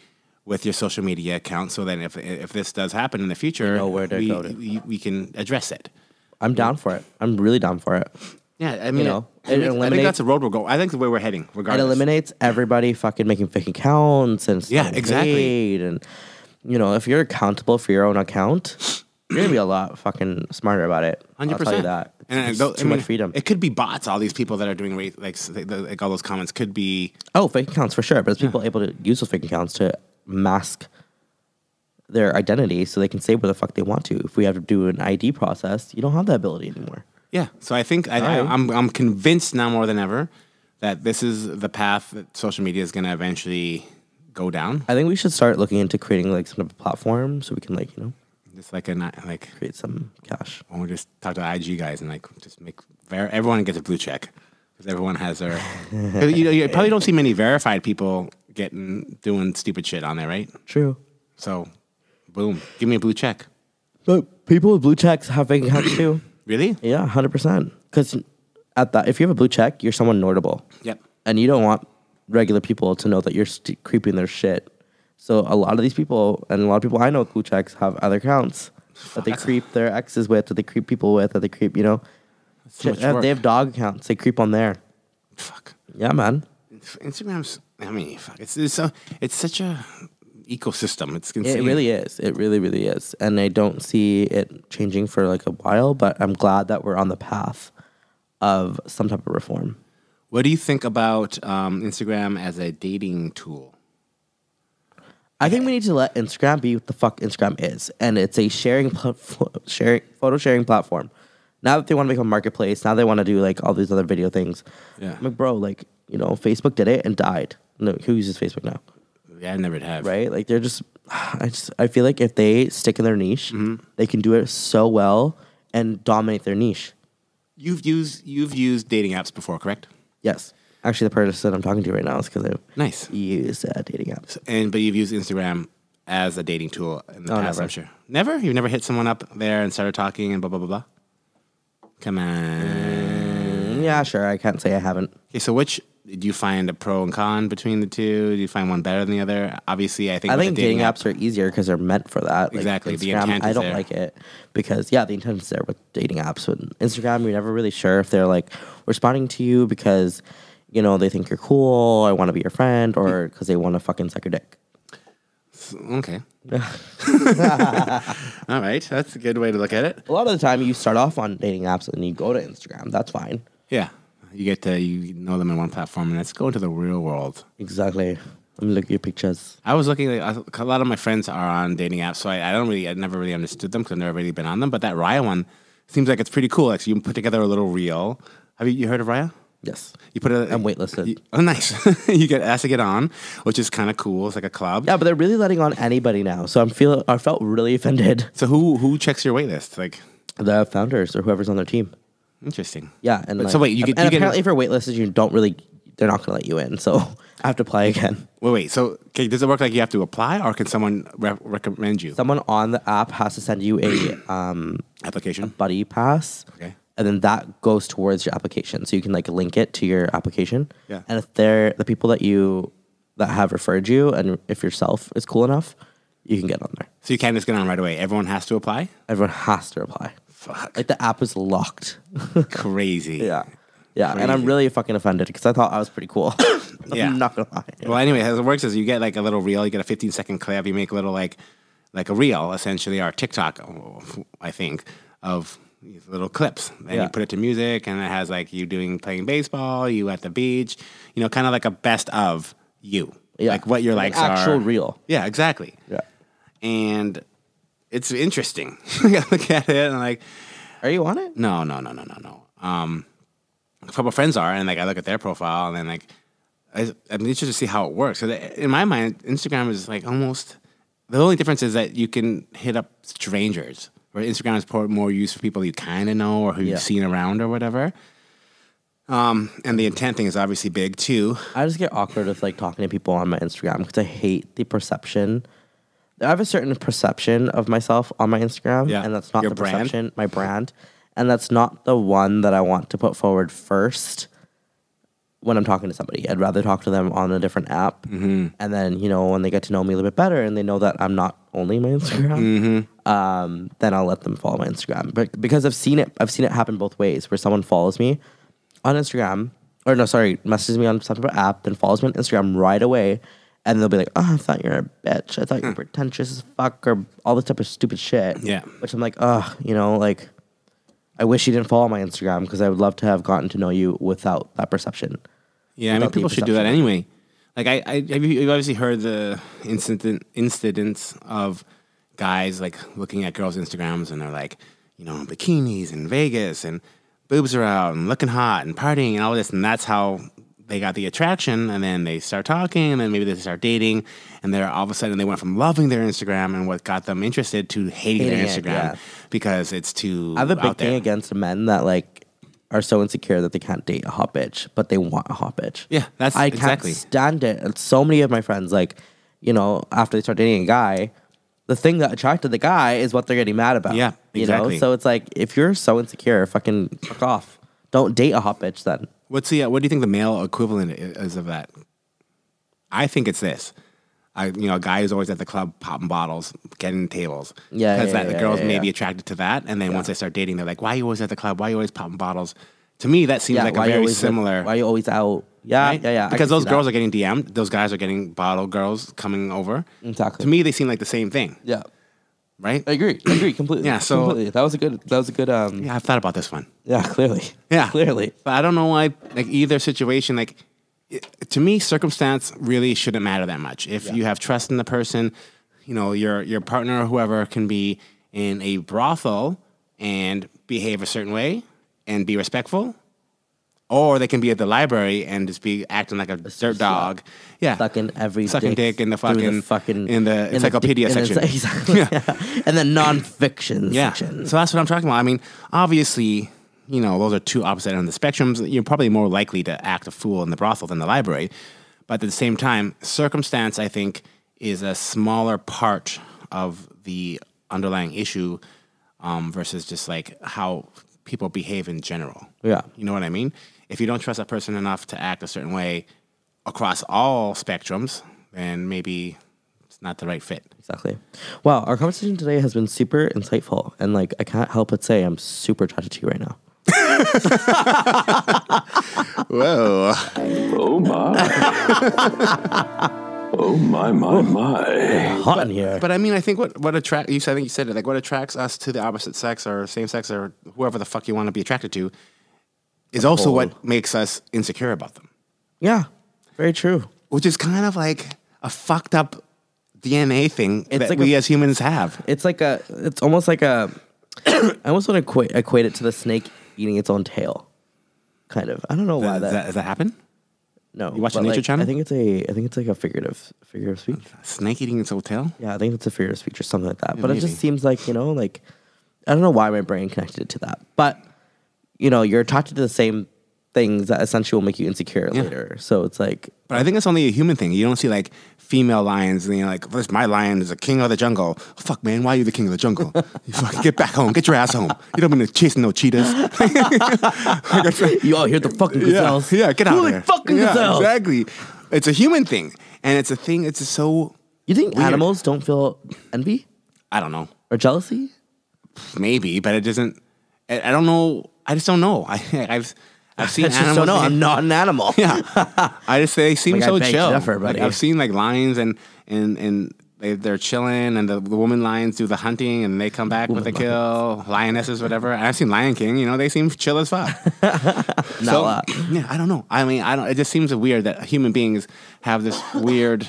Speaker 2: with your social media account, so then if if this does happen in the future,
Speaker 3: know where to
Speaker 2: we,
Speaker 3: go to.
Speaker 2: We, we can address it.
Speaker 3: I'm down for it. I'm really down for it.
Speaker 2: Yeah, I mean,
Speaker 3: know, it
Speaker 2: I, think- I think
Speaker 3: eliminates-
Speaker 2: that's the road we're going. I think the way we're heading,
Speaker 3: It
Speaker 2: regardless.
Speaker 3: eliminates everybody fucking making fake accounts and
Speaker 2: Yeah,
Speaker 3: getting
Speaker 2: exactly.
Speaker 3: paid And you know, if you're accountable for your own account, you're gonna be a lot fucking smarter about it. I'll
Speaker 2: Hundred
Speaker 3: tell you
Speaker 2: percent.
Speaker 3: that.
Speaker 2: And
Speaker 3: It's
Speaker 2: tho- I
Speaker 3: too
Speaker 2: mean,
Speaker 3: much freedom.
Speaker 2: It could be bots. All these people that are doing ra- like s- like, the- like all those comments could be
Speaker 3: Oh, fake accounts for sure. But it's people able to use those fake accounts to mask their identity so they can say where the fuck they want to. If we have to do an ID process, you don't have that ability anymore.
Speaker 2: Yeah. So I think I, I,
Speaker 3: Alright.
Speaker 2: I'm I'm convinced now more than ever that this is the path that social media is going to eventually go down.
Speaker 3: I think we should start looking into creating like some type of platform so we can like, you know,
Speaker 2: Just like a ni- like
Speaker 3: create some cash.
Speaker 2: when we just talk to IG guys and like just make ver- everyone gets a blue check because everyone has their 'cause you know you probably don't see many verified people getting doing stupid shit on there, right?
Speaker 3: True.
Speaker 2: So, boom, give me a blue check.
Speaker 3: But people with blue checks have fake accounts too.
Speaker 2: Really?
Speaker 3: Yeah, hundred percent. Because at that, if you have a blue check, you're someone notable.
Speaker 2: Yep.
Speaker 3: And you don't want regular people to know that you're st- creeping their shit. So a lot of these people, and a lot of people I know with blue checks, have other accounts that they creep their exes with, that they creep people with, that they creep. You know,
Speaker 2: so
Speaker 3: Shit,
Speaker 2: much work.
Speaker 3: they have dog accounts. They creep on there.
Speaker 2: Fuck.
Speaker 3: Yeah, man.
Speaker 2: Instagram's. I mean, fuck. It's it's, so, it's such a ecosystem. It's insane.
Speaker 3: It really is. It really, really is. And I don't see it changing for like a while. But I'm glad that we're on the path of some type of reform.
Speaker 2: What do you think about um, Instagram as a dating tool?
Speaker 3: I think we need to let Instagram be what the fuck Instagram is, and it's a sharing, pl- sharing photo sharing platform. Now that they want to become a marketplace, now they want to do like all these other video things.
Speaker 2: Yeah.
Speaker 3: I'm like bro, like you know, Facebook did it and died. No, who uses Facebook now,
Speaker 2: Yeah, I never have.
Speaker 3: right? Like they're just, I just, I feel like if they stick in their niche, they can do it so well and dominate their niche.
Speaker 2: You've used you've used dating apps before, correct?
Speaker 3: Yes, actually, the person I'm talking to right now is because I've
Speaker 2: Nice.
Speaker 3: used uh, dating apps.
Speaker 2: And but you've used Instagram as a dating tool in the
Speaker 3: Oh,
Speaker 2: past.
Speaker 3: never.
Speaker 2: I'm sure. Never. You've never hit someone up there and started talking and blah blah blah blah. Come on.
Speaker 3: Yeah, sure, I can't say I haven't.
Speaker 2: Okay, so which do you find a pro and con between the two? Do you find one better than the other? Obviously, I think
Speaker 3: I
Speaker 2: with
Speaker 3: think
Speaker 2: the
Speaker 3: dating
Speaker 2: dating,
Speaker 3: apps are easier because they're meant for that. Like,
Speaker 2: Exactly, the
Speaker 3: Instagram,
Speaker 2: intent
Speaker 3: I
Speaker 2: is
Speaker 3: don't
Speaker 2: there.
Speaker 3: like it because yeah, the intent is there with dating apps. With Instagram, you're never really sure if they're like responding to you because you know they think you're cool. I want to be your friend, or because they want to fucking suck your dick.
Speaker 2: Okay. All right, that's a good way to look at it.
Speaker 3: A lot of the time, you start off on dating apps and you go to Instagram. That's fine.
Speaker 2: Yeah, you get to you know them in one platform, and let's go into the real world.
Speaker 3: Exactly. Let me look at your pictures.
Speaker 2: I was looking. Like, a lot of my friends are on dating apps, so I, I don't really, I never really understood them because I've never really been on them. But that Raya one seems like it's pretty cool. Like so you can put together a little reel. Have you, you heard of Raya?
Speaker 3: Yes.
Speaker 2: You put a.
Speaker 3: I'm waitlisted.
Speaker 2: you- oh, nice! you get asked to get on, which is kind of cool. It's like a club.
Speaker 3: Yeah, but they're really letting on anybody now. So I'm feel I felt really offended.
Speaker 2: So who who checks your wait list? Like,
Speaker 3: The founders or whoever's on their team.
Speaker 2: interesting.
Speaker 3: Yeah, and
Speaker 2: But so
Speaker 3: like-
Speaker 2: wait, you get-
Speaker 3: and
Speaker 2: you get-
Speaker 3: apparently for waitlisted, you don't really. They're not going to let you in, so I have to apply again.
Speaker 2: Wait, wait. So okay, does it work like you have to apply, or can someone re- recommend you
Speaker 3: Someone on the app has to send you a um,
Speaker 2: application?
Speaker 3: buddy pass,
Speaker 2: Okay.
Speaker 3: and then that goes towards your application, so you can like link it to your application.
Speaker 2: Yeah.
Speaker 3: and if they're the people that you that have referred you, and if yourself is cool enough, you can get on there.
Speaker 2: So you can't just get on right away. Everyone has to apply.
Speaker 3: Everyone has to apply.
Speaker 2: Fuck.
Speaker 3: Like the app is locked.
Speaker 2: Crazy.
Speaker 3: Yeah. Yeah, and I'm
Speaker 2: Crazy.
Speaker 3: really fucking offended because I thought I was pretty cool. I'm
Speaker 2: Yeah.
Speaker 3: not gonna lie.
Speaker 2: Well, anyway, how it works is you get like a little reel, you get a 15 second clip, you make a little like like a reel, essentially, or TikTok, I think, of these little clips. And
Speaker 3: Yeah.
Speaker 2: you put it to music, and it has like you doing playing baseball, you at the beach, you know, kind of like a best of you,
Speaker 3: Yeah.
Speaker 2: like what your
Speaker 3: Like
Speaker 2: likes
Speaker 3: an actual
Speaker 2: are.
Speaker 3: reel.
Speaker 2: Yeah, exactly.
Speaker 3: Yeah.
Speaker 2: And it's interesting. I look at it and I'm like,
Speaker 3: Are you on it?
Speaker 2: no, no, no, no, no, no. Um, a couple friends are, and like I look at their profile, and then like I, I'm interested to see how it works. Because in my mind, Instagram is like almost the only difference is that you can hit up strangers, where Instagram is por- more used for people you kind of know or who
Speaker 3: Yeah.
Speaker 2: you've seen around or whatever. Um, and the intent thing is obviously big too.
Speaker 3: I just get awkward with like talking to people on my Instagram because I hate the perception. I have a certain perception of myself on my Instagram,
Speaker 2: Yeah.
Speaker 3: and that's not
Speaker 2: Your
Speaker 3: the
Speaker 2: brand?
Speaker 3: perception, my brand, and that's not the one that I want to put forward first when I'm talking to somebody. I'd rather talk to them on a different app, and then you know when they get to know me a little bit better and they know that I'm not only my Instagram, um, then I'll let them follow my Instagram. But because I've seen it, I've seen it happen both ways, where someone follows me on Instagram, or no, sorry, messages me on some type of app, then follows me on Instagram right away, and they'll be like, "Oh, I thought you were a bitch. I thought you were pretentious as fuck, or all this type of stupid shit."
Speaker 2: Yeah.
Speaker 3: which I'm like, "Oh, you know, like." I wish you didn't follow my Instagram because I would love to have gotten to know you without that perception.
Speaker 2: Yeah, I mean,
Speaker 3: without the
Speaker 2: people should do that
Speaker 3: perception.
Speaker 2: anyway. Like, I, I have you, you've obviously heard the incident incidents of guys like looking at girls' Instagrams and they're like, you know, bikinis in Vegas and boobs are out and looking hot and partying and all this, and that's how they got the attraction. And then they start talking, and then maybe they start dating, and they're all of a sudden they went from loving their Instagram and what got them interested to hating, their
Speaker 3: Hating it,
Speaker 2: Instagram
Speaker 3: yeah.
Speaker 2: because it's too
Speaker 3: I have a big
Speaker 2: out
Speaker 3: thing
Speaker 2: there.
Speaker 3: against men that like are so insecure that they can't date a hot bitch, but they want a hot bitch.
Speaker 2: Yeah, that's-
Speaker 3: I
Speaker 2: exactly.
Speaker 3: can't stand it. And so many of my friends, like, you know, after they start dating a guy, the thing that attracted the guy is what they're getting mad about.
Speaker 2: Yeah,
Speaker 3: You
Speaker 2: exactly.
Speaker 3: know, so it's like if you're so insecure, fucking fuck off. Don't date a hot bitch then.
Speaker 2: What's the uh, what do you think the male equivalent i- is of that? I think it's this. I you know a guy who's always at the club popping bottles, getting tables.
Speaker 3: Yeah,
Speaker 2: because
Speaker 3: yeah,
Speaker 2: that the
Speaker 3: yeah,
Speaker 2: girls
Speaker 3: yeah,
Speaker 2: may
Speaker 3: yeah.
Speaker 2: be attracted to that, and then once they start dating, they're like, "Why are you always at the club? Why are you always popping bottles?" To me, that seems like a
Speaker 3: why you
Speaker 2: very
Speaker 3: always with-
Speaker 2: similar.
Speaker 3: why you always out? Yeah,
Speaker 2: right?
Speaker 3: yeah, yeah. I
Speaker 2: Because
Speaker 3: can
Speaker 2: those
Speaker 3: see
Speaker 2: girls
Speaker 3: that.
Speaker 2: are getting DM'd, those guys are getting bottle girls coming over.
Speaker 3: Exactly.
Speaker 2: To me, they seem like the same thing,
Speaker 3: Yeah.
Speaker 2: right?
Speaker 3: I agree. I agree completely.
Speaker 2: Yeah, so-
Speaker 3: completely. that was a good that was a good um
Speaker 2: yeah, I've thought about this one.
Speaker 3: yeah clearly.
Speaker 2: Yeah,
Speaker 3: Clearly.
Speaker 2: But I don't know why, like either situation, like it, to me, circumstance really shouldn't matter that much. If you have trust in the person, you know your your partner or whoever can be in a brothel and behave a certain way and be respectful, or they can be at the library and just be acting like a dirt dog. Yeah,
Speaker 3: sucking every
Speaker 2: sucking dick, in the
Speaker 3: through
Speaker 2: fucking,
Speaker 3: fucking
Speaker 2: in the
Speaker 3: in
Speaker 2: encyclopedia
Speaker 3: in the-
Speaker 2: section.
Speaker 3: exactly. Yeah. and the nonfiction
Speaker 2: Yeah.
Speaker 3: section.
Speaker 2: So that's what I'm talking about. I mean, obviously, you know, those are two opposite ends of the spectrums. You're probably more likely to act a fool in the brothel than the library. But at the same time, circumstance, I think, is a smaller part of the underlying issue um, versus just like how people behave in general.
Speaker 3: Yeah.
Speaker 2: You know what I mean? If you don't trust a person enough to act a certain way across all spectrums, then maybe it's not the right fit.
Speaker 3: Exactly. Wow, our conversation today has been super insightful, and like I can't help but say I'm super attracted to you right now.
Speaker 2: Whoa.
Speaker 5: Oh my. oh my, my, my.
Speaker 3: Hot in here.
Speaker 2: But I mean, I think what what attract you. Said, I think you said it. Like what attracts us to the opposite sex or same sex or whoever the fuck you want to be attracted to, is also what makes us insecure about them,
Speaker 3: yeah, very true.
Speaker 2: which is kind of like a fucked up DNA thing that
Speaker 3: like
Speaker 2: we
Speaker 3: a-
Speaker 2: as humans have.
Speaker 3: It's like a. It's almost like a. I almost want to equate, equate it to the snake eating its own tail, kind of. I don't know why
Speaker 2: does,
Speaker 3: that.
Speaker 2: that, does that happen?
Speaker 3: no,
Speaker 2: you watch the
Speaker 3: but,
Speaker 2: Nature
Speaker 3: like,
Speaker 2: Channel?
Speaker 3: I think it's a. I think it's like a figurative figure of speech.
Speaker 2: Snake eating its hotel.
Speaker 3: Yeah, I think it's a fearless feature, something like that. but it
Speaker 2: maybe.
Speaker 3: just seems like, you know, like I don't know why my brain connected it to that. But you know, you're attracted to the same things that essentially will make you insecure later. So it's like
Speaker 2: But I think it's only a human thing. You don't see like female lions, and you're like, "This my lion is the king of the jungle." Fuck, man, why are you the king of the jungle? you fucking get back home, get your ass home. You don't mean to chase no cheetahs.
Speaker 3: you all hear the fucking
Speaker 2: Yeah,
Speaker 3: gazelles.
Speaker 2: Yeah, get out
Speaker 3: Holy
Speaker 2: of there.
Speaker 3: fucking
Speaker 2: yeah,
Speaker 3: gazelles.
Speaker 2: Exactly. It's a human thing, and it's a thing. It's so
Speaker 3: You think
Speaker 2: Weird.
Speaker 3: animals don't feel envy
Speaker 2: I don't know,
Speaker 3: or jealousy?
Speaker 2: maybe, but it doesn't. I, I don't know. I just don't know. I, I've I've seen
Speaker 3: I just
Speaker 2: animals.
Speaker 3: don't know. I'm not an animal.
Speaker 2: Yeah, I just they seem
Speaker 3: Like, I
Speaker 2: so
Speaker 3: beg to
Speaker 2: chill.
Speaker 3: differ,
Speaker 2: like
Speaker 3: buddy.
Speaker 2: I've seen like lions and and and they they're chilling, and the, the woman lions do the hunting, and they come back with a kill, lionesses, whatever. And I've seen Lion King. You know, they seem chill as fuck.
Speaker 3: Not a lot.
Speaker 2: Yeah, I don't know. I mean, I don't. It just seems weird that human beings have this weird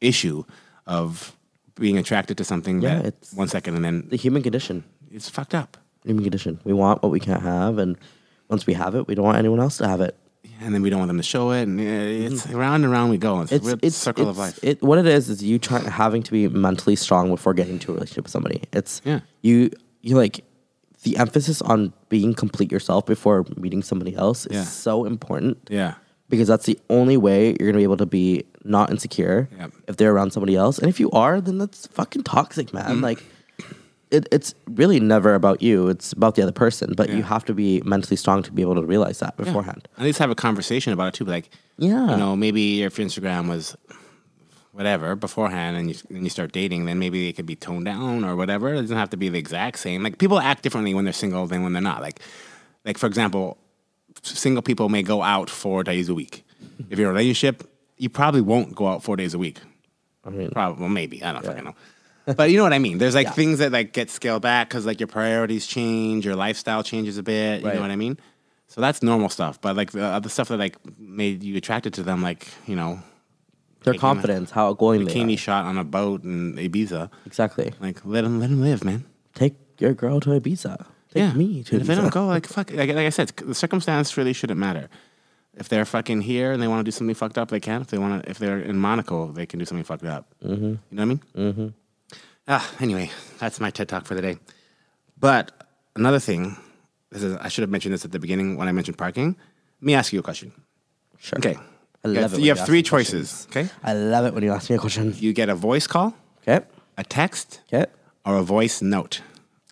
Speaker 2: issue of being attracted to something
Speaker 3: Yeah,
Speaker 2: that
Speaker 3: it's-
Speaker 2: one second and then
Speaker 3: The human condition.
Speaker 2: it's fucked up.
Speaker 3: Human condition. We want what we can't have, and once we have it, we don't want anyone else to have it.
Speaker 2: And then we don't want them to show it, and uh, it's round and round we go. It's, a
Speaker 3: Mm-hmm. It's
Speaker 2: weird
Speaker 3: it's
Speaker 2: circle of
Speaker 3: it's-
Speaker 2: life.
Speaker 3: It what it is is you trying having to be mentally strong before getting into a relationship with somebody. It's
Speaker 2: Yeah.
Speaker 3: you you like the emphasis on being complete yourself before meeting somebody else is
Speaker 2: Yeah.
Speaker 3: so important.
Speaker 2: yeah,
Speaker 3: because that's the only way you're gonna be able to be not insecure
Speaker 2: Yep.
Speaker 3: if they're around somebody else. And if you are, then that's fucking toxic, man.
Speaker 2: Mm.
Speaker 3: Like, it, it's really never about you; it's about the other person. But
Speaker 2: Yeah.
Speaker 3: you have to be mentally strong to be able to realize that
Speaker 2: Yeah.
Speaker 3: beforehand.
Speaker 2: At least have a conversation about it too. Like,
Speaker 3: Yeah.
Speaker 2: you know, maybe if your Instagram was whatever beforehand, and you and you start dating, then maybe it could be toned down or whatever. It doesn't have to be the exact same. Like people act differently when they're single than when they're not. Like, like for example, single people may go out four days a week. If you're in a relationship, you probably won't go out four days a week.
Speaker 3: I mean,
Speaker 2: Probably, well, maybe. I don't fucking know. But you know what I mean. There's like things that like get scaled back because like your priorities change, your lifestyle changes a bit. You
Speaker 3: Right.
Speaker 2: know what I mean? So that's normal stuff. But like the other stuff that like made you attracted to them, like you know,
Speaker 3: their
Speaker 2: Taking a
Speaker 3: confidence, how outgoing they
Speaker 2: bikini
Speaker 3: are.
Speaker 2: shot on a boat in Ibiza.
Speaker 3: Exactly.
Speaker 2: Like let them let them live, man.
Speaker 3: Take your girl to Ibiza. Take
Speaker 2: yeah,
Speaker 3: me to
Speaker 2: And if they don't
Speaker 3: Ibiza.
Speaker 2: go, like fuck, like, like I said, the circumstance really shouldn't matter. If they're fucking here and they want to do something fucked up, they can. If they want to, if they're in Monaco, they can do something fucked up. Mm-hmm. You know what I mean? Mm-hmm. Ah, anyway, that's my TED talk for the day. But another thing, this is I should have mentioned this at the beginning when I mentioned parking. Let me ask you a question.
Speaker 3: Sure.
Speaker 2: Okay,
Speaker 3: I
Speaker 2: you
Speaker 3: love
Speaker 2: have,
Speaker 3: it when
Speaker 2: you have
Speaker 3: ask
Speaker 2: three
Speaker 3: me
Speaker 2: choices.
Speaker 3: questions.
Speaker 2: Okay,
Speaker 3: I love it when you ask me a question.
Speaker 2: you get a voice call,
Speaker 3: Okay.
Speaker 2: a text,
Speaker 3: Okay.
Speaker 2: or a voice note.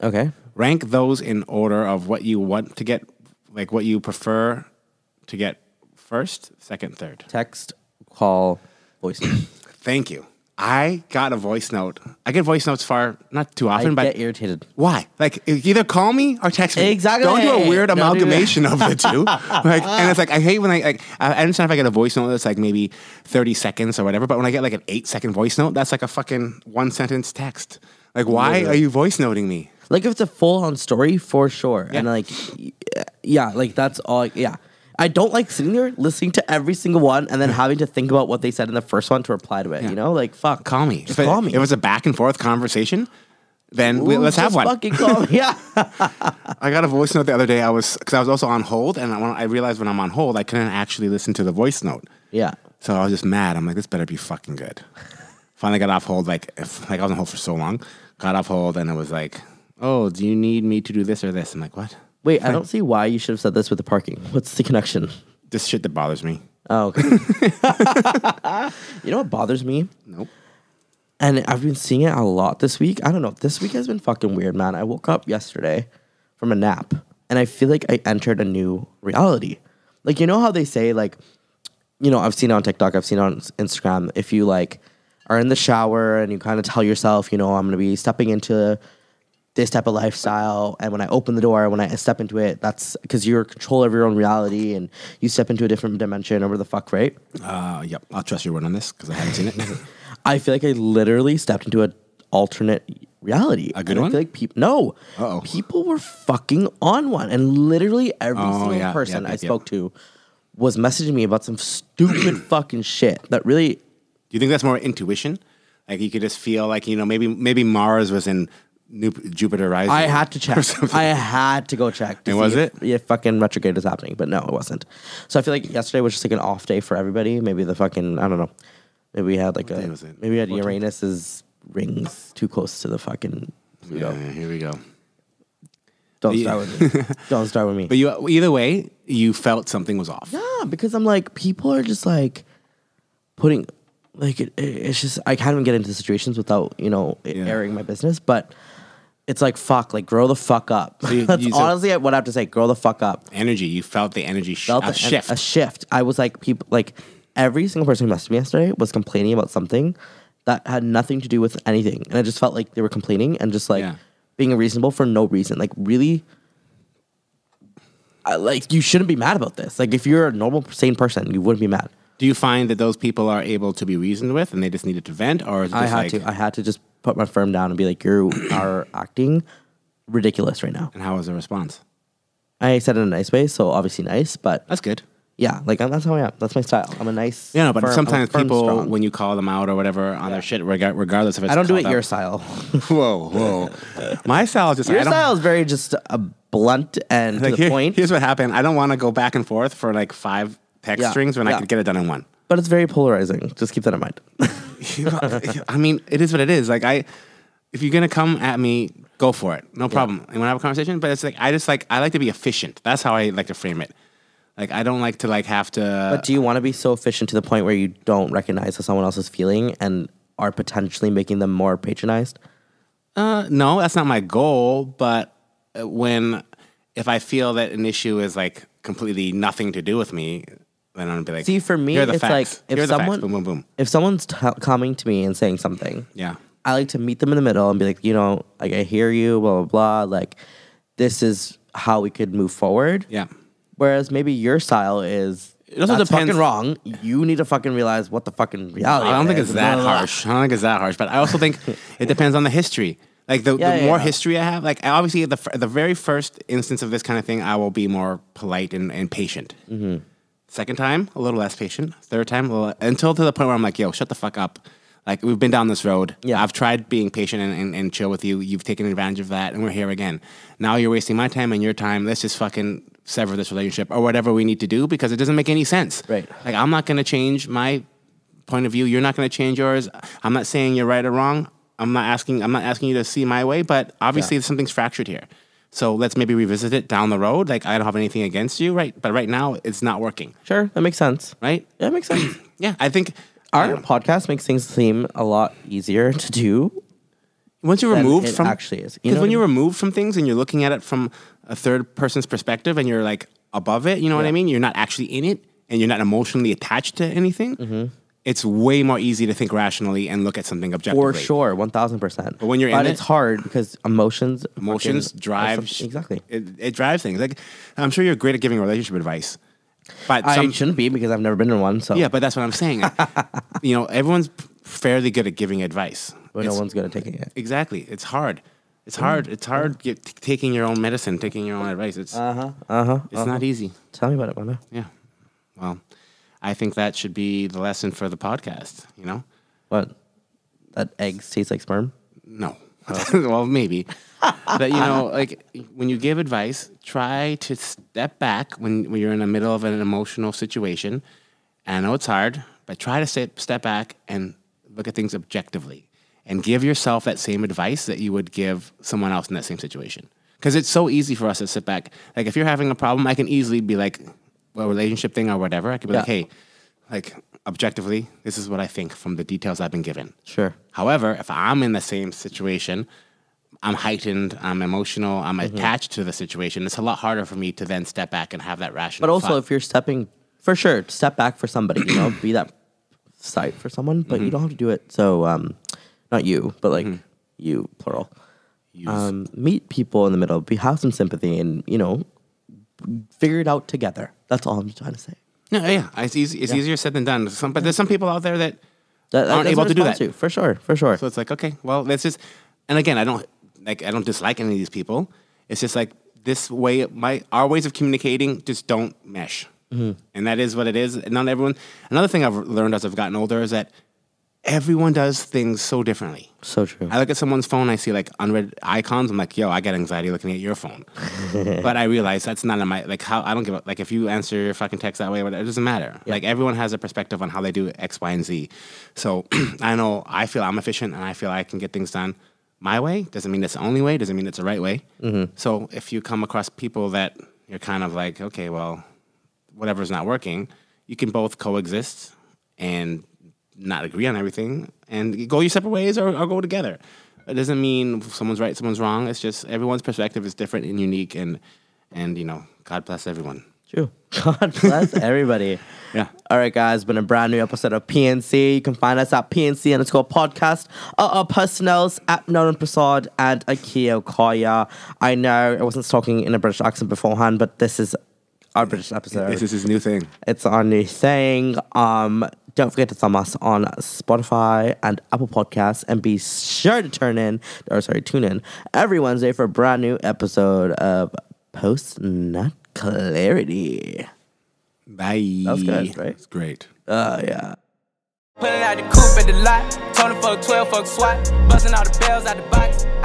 Speaker 3: Okay.
Speaker 2: rank those in order of what you want to get, like what you prefer to get first, second, third.
Speaker 3: Text, call, voice.
Speaker 2: Thank you. I got a voice note. I get voice notes far, not too often,
Speaker 3: I
Speaker 2: but
Speaker 3: get irritated.
Speaker 2: why? Like, either call me or text me.
Speaker 3: Exactly.
Speaker 2: Don't do a weird
Speaker 3: Don't do that.
Speaker 2: amalgamation of the two. Like, and it's like I hate when I like. I I understand if I get a voice note that's like maybe thirty seconds or whatever, but when I get like an eight second voice note, that's like a fucking one sentence text. Like, why are you voice noting me?
Speaker 3: Like if it's a full on story for sure, and like, y- yeah, like that's all. Yeah, I don't like sitting there listening to every single one and then having to think about what they said in the first one to reply to it. You know, like fuck,
Speaker 2: call me.
Speaker 3: just
Speaker 2: if it,
Speaker 3: call me.
Speaker 2: If it's a back and forth conversation, then we,
Speaker 3: Ooh,
Speaker 2: let's have
Speaker 3: just
Speaker 2: one.
Speaker 3: Fucking call me. Yeah,
Speaker 2: I got a voice note the other day. I was because I was also on hold, and I, when I realized when I'm on hold, I couldn't actually listen to the voice note.
Speaker 3: yeah.
Speaker 2: So I was just mad. I'm like, this better be fucking good. Finally got off hold. Like, if, like I was on hold for so long. Got off hold, and it was like, oh, do you need me to do this or this? I'm like, what?
Speaker 3: Wait, I don't see why you should have said this with the parking. What's the connection?
Speaker 2: This shit that bothers me.
Speaker 3: Oh, okay. you know what bothers me?
Speaker 2: Nope.
Speaker 3: and I've been seeing it a lot this week. I don't know. This week has been fucking weird, man. I woke up yesterday from a nap, and I feel like I entered a new reality. Like you know how they say like, you know, I've seen it on TikTok, I've seen it on Instagram. If you like are in the shower and you kind of tell yourself, you know, I'm gonna be stepping into this type of lifestyle, and when I open the door, when I step into it, that's because you're in control of your own reality, and you step into a different dimension, or whatever the fuck, right? Ah,
Speaker 2: Uh, yep. I'll trust your word on this because I haven't seen it.
Speaker 3: I feel like I literally stepped into an alternate reality.
Speaker 2: A good
Speaker 3: And I
Speaker 2: one?
Speaker 3: feel like people no,
Speaker 2: Uh-oh.
Speaker 3: people were fucking on one, and literally every
Speaker 2: Oh,
Speaker 3: single
Speaker 2: yeah,
Speaker 3: person
Speaker 2: yeah,
Speaker 3: I
Speaker 2: yeah,
Speaker 3: spoke to was messaging me about some stupid fucking shit that really
Speaker 2: Do you think that's more intuition? Like you could just feel like you know maybe maybe Mars was in New, Jupiter rising.
Speaker 3: I had to check.
Speaker 2: or something.
Speaker 3: I had to go check. to
Speaker 2: And
Speaker 3: see
Speaker 2: was
Speaker 3: if-
Speaker 2: it?
Speaker 3: Yeah, fucking retrograde was happening, but no, it wasn't. So I feel like yesterday was just like an off day for everybody. Maybe the fucking I don't know. Maybe we had like
Speaker 2: day
Speaker 3: a
Speaker 2: was it?
Speaker 3: maybe we had Uranus's rings too close to the fucking Pluto.
Speaker 2: Yeah, here we go.
Speaker 3: Don't
Speaker 2: Yeah.
Speaker 3: start with me. Don't start with me.
Speaker 2: But you, either way, you felt something was off.
Speaker 3: Yeah, because I'm like, people are just like putting, like, it, it- it's just, I can't even get into situations without, you know, it
Speaker 2: Yeah.
Speaker 3: airing my business. But it's like, fuck, like, grow the fuck up.
Speaker 2: you-
Speaker 3: That's
Speaker 2: you- so-
Speaker 3: honestly what I have to say. Grow the fuck up.
Speaker 2: Energy, you felt the energy sh-
Speaker 3: Felt
Speaker 2: a
Speaker 3: the-
Speaker 2: shift.
Speaker 3: A shift. I was like, people, like, every single person who messaged me yesterday was complaining about something that had nothing to do with anything. And I just felt like they were complaining and just like
Speaker 2: Yeah.
Speaker 3: being reasonable for no reason. Like, really I- like you shouldn't be mad about this. Like if you're a normal sane person, you wouldn't be mad.
Speaker 2: Do you find that those people are able to be reasoned with and they just needed to vent, or is it
Speaker 3: I
Speaker 2: just
Speaker 3: had
Speaker 2: like,
Speaker 3: to. I had to just put my firm down and be like, "You are acting ridiculous right now."
Speaker 2: and how was the response?
Speaker 3: I said it in a nice way, so obviously nice, but
Speaker 2: That's good.
Speaker 3: yeah, like I'm, that's how I am. That's my style. I'm a nice.
Speaker 2: You know, but
Speaker 3: firm- I'm
Speaker 2: sometimes
Speaker 3: firm,
Speaker 2: people,
Speaker 3: strong.
Speaker 2: when you call them out or whatever on their shit, rega- regardless if it's
Speaker 3: I don't do it
Speaker 2: called
Speaker 3: your
Speaker 2: out-
Speaker 3: style.
Speaker 2: Whoa, whoa. My style is just
Speaker 3: Your
Speaker 2: I don't-
Speaker 3: style is very just uh, blunt and to
Speaker 2: like,
Speaker 3: the
Speaker 2: here-
Speaker 3: point,
Speaker 2: Here's what happened. I don't want to go back and forth for like five text
Speaker 3: Yeah,
Speaker 2: strings when I
Speaker 3: yeah.
Speaker 2: could get it done in one.
Speaker 3: but it's very polarizing. Just keep that in mind.
Speaker 2: I mean, it is what it is. Like I, if you're gonna come at me, go for it. No problem. And we'll have a conversation. But it's like I just like I like to be efficient. That's how I like to frame it. Like I don't like to like have to.
Speaker 3: But do you want to be so efficient to the point where you don't recognize how someone else is feeling and are potentially making them more patronized?
Speaker 2: Uh, no, that's not my goal. But uh, when if I feel that an issue is like completely nothing to do with me, then I'm gonna be like,
Speaker 3: See, for me,
Speaker 2: here are the
Speaker 3: it's like
Speaker 2: facts.
Speaker 3: if
Speaker 2: Here are the facts.
Speaker 3: someone
Speaker 2: boom, boom, boom.
Speaker 3: if someone's t- coming to me and saying something,
Speaker 2: Yeah.
Speaker 3: I like to meet them in the middle and be like, you know, like I hear you, blah blah blah. Like this is how we could move forward.
Speaker 2: Yeah.
Speaker 3: Whereas maybe your style is it
Speaker 2: also
Speaker 3: that's
Speaker 2: depends-
Speaker 3: fucking wrong. You need to fucking realize what the fucking reality.
Speaker 2: I don't think
Speaker 3: is,
Speaker 2: it's that
Speaker 3: blah, blah, blah.
Speaker 2: harsh. I don't think it's that harsh, but I also think it depends on the history. Like the,
Speaker 3: Yeah,
Speaker 2: the
Speaker 3: yeah,
Speaker 2: more
Speaker 3: yeah.
Speaker 2: history I have, like I obviously the fir- the very first instance of this kind of thing, I will be more polite and, and patient.
Speaker 3: Mm-hmm.
Speaker 2: Second time, a little less patient. Third time, a little, until to the point where I'm like, yo, shut the fuck up. Like we've been down this road.
Speaker 3: Yeah.
Speaker 2: I've tried being patient and, and, and chill with you. You've taken advantage of that, and we're here again. Now you're wasting my time and your time. Let's just fucking sever this relationship or whatever we need to do because it doesn't make any sense.
Speaker 3: Right.
Speaker 2: Like I'm not gonna change my point of view. You're not going to change yours. I'm not saying you're right or wrong. I'm not asking. I'm not asking you to see my way. But obviously, something's fractured here. So let's maybe revisit it down the road. Like I don't have anything against you, right? But right now, it's not working,
Speaker 3: Sure, that makes sense.
Speaker 2: right?
Speaker 3: That makes sense.
Speaker 2: Yeah, I think.
Speaker 3: Our podcast makes things seem a lot easier to do
Speaker 2: Once you're
Speaker 3: than
Speaker 2: removed
Speaker 3: it
Speaker 2: from
Speaker 3: actually is. You
Speaker 2: because
Speaker 3: know
Speaker 2: when
Speaker 3: what I
Speaker 2: you're
Speaker 3: mean?
Speaker 2: removed from things and you're looking at it from a third person's perspective and you're like above it, you know what I mean? You're not actually in it and you're not emotionally attached to anything.
Speaker 3: Mm-hmm.
Speaker 2: It's way more easy to think rationally and look at something
Speaker 3: For
Speaker 2: objectively.
Speaker 3: sure, one thousand percent. But
Speaker 2: when you're in it-
Speaker 3: it's hard because emotions, fucking-
Speaker 2: emotions drive
Speaker 3: exactly.
Speaker 2: It, it drives things. Like I'm sure you're great at giving relationship advice, but
Speaker 3: I
Speaker 2: some,
Speaker 3: shouldn't be because I've never been in one. So
Speaker 2: yeah, but that's what I'm saying. you know, everyone's fairly good at giving advice.
Speaker 3: but no
Speaker 2: It's-
Speaker 3: one's good at taking it.
Speaker 2: exactly. It's hard. It's hard. It's hard get, t- taking your own medicine, taking your own advice. It's Mm-hmm. uh-huh, uh-huh, it's not easy.
Speaker 3: Tell me about it, Mama.
Speaker 2: Yeah. Well, I think that should be the lesson for the podcast. You know.
Speaker 3: What? That eggs taste like sperm.
Speaker 2: No. well, maybe. but you know, like when you give advice, try to step back when, when you're in the middle of an emotional situation. And I know it's hard, but try to step, step back and look at things objectively and give yourself that same advice that you would give someone else in that same situation. Because it's so easy for us to sit back. Like if you're having a problem, I can easily be like a relationship thing or whatever. I could be like,
Speaker 3: Yeah.
Speaker 2: hey, like objectively, this is what I think from the details I've been given.
Speaker 3: Sure.
Speaker 2: However, if I'm in the same situation, I'm heightened, I'm emotional, I'm
Speaker 3: Mm-hmm.
Speaker 2: attached to the situation. It's a lot harder for me to then step back and have that rational.
Speaker 3: But also,
Speaker 2: thought.
Speaker 3: if you're stepping, for sure, step back for somebody. You know, be that site for someone, but
Speaker 2: Mm-hmm.
Speaker 3: you don't have to do it. So, um, not you, but like you, plural. Um, meet people in the middle. Be have some sympathy, and you know, figure it out together. That's all I'm trying to say.
Speaker 2: no, yeah, it's easy. It's easier said than done. Some,
Speaker 3: Mm-hmm.
Speaker 2: but there's some people out there that
Speaker 3: That, that-
Speaker 2: Aren't
Speaker 3: that's
Speaker 2: able
Speaker 3: a
Speaker 2: to do
Speaker 3: response
Speaker 2: that.
Speaker 3: for sure, for sure.
Speaker 2: So it's like, okay, well, let's just. And again, I don't like. I don't dislike any of these people. It's just like this way. My our ways of communicating just don't mesh,
Speaker 3: Mm-hmm.
Speaker 2: and that is what it is. And not everyone. Another thing I've learned as I've gotten older is that everyone does things so differently.
Speaker 3: so true.
Speaker 2: I look at someone's phone, I see like unread icons. I'm like, yo, I get anxiety looking at your phone. but I realize that's not in my like how I don't give a like if you answer your fucking text that way, whatever, it doesn't matter. Like everyone has a perspective on how they do X, Y, and Z. So I know I feel I'm efficient and I feel I can get things done my way. Doesn't mean it's the only way. Doesn't mean it's the right way. So if you come across people that you're kind of like, okay, well, whatever's not working, you can both coexist and not agree on everything and go your separate ways or, or go together. It doesn't mean someone's right, someone's wrong. It's just everyone's perspective is different and unique and and you know, God bless everyone.
Speaker 3: True. God bless everybody.
Speaker 2: Yeah.
Speaker 3: All right, guys, been a brand new episode of PNC. You can find us at PNC underscore podcast, at our personnels at Nolan Prasad and Akio Koya. I know I wasn't talking in a British accent beforehand, but this is our British episode.
Speaker 2: This is his new thing.
Speaker 3: It's our new thing. Um, don't forget to thumb us on Spotify and Apple Podcasts, and be sure to turn in or sorry, tune in every Wednesday for a brand new episode of Post Nut Clarity.
Speaker 2: Bye.
Speaker 3: was good, right?
Speaker 2: It's great.
Speaker 3: Oh yeah.
Speaker 6: Pulling out the coupe at the lot. Told him fuck 12, fuck SWAT. Busting all the bells out the box.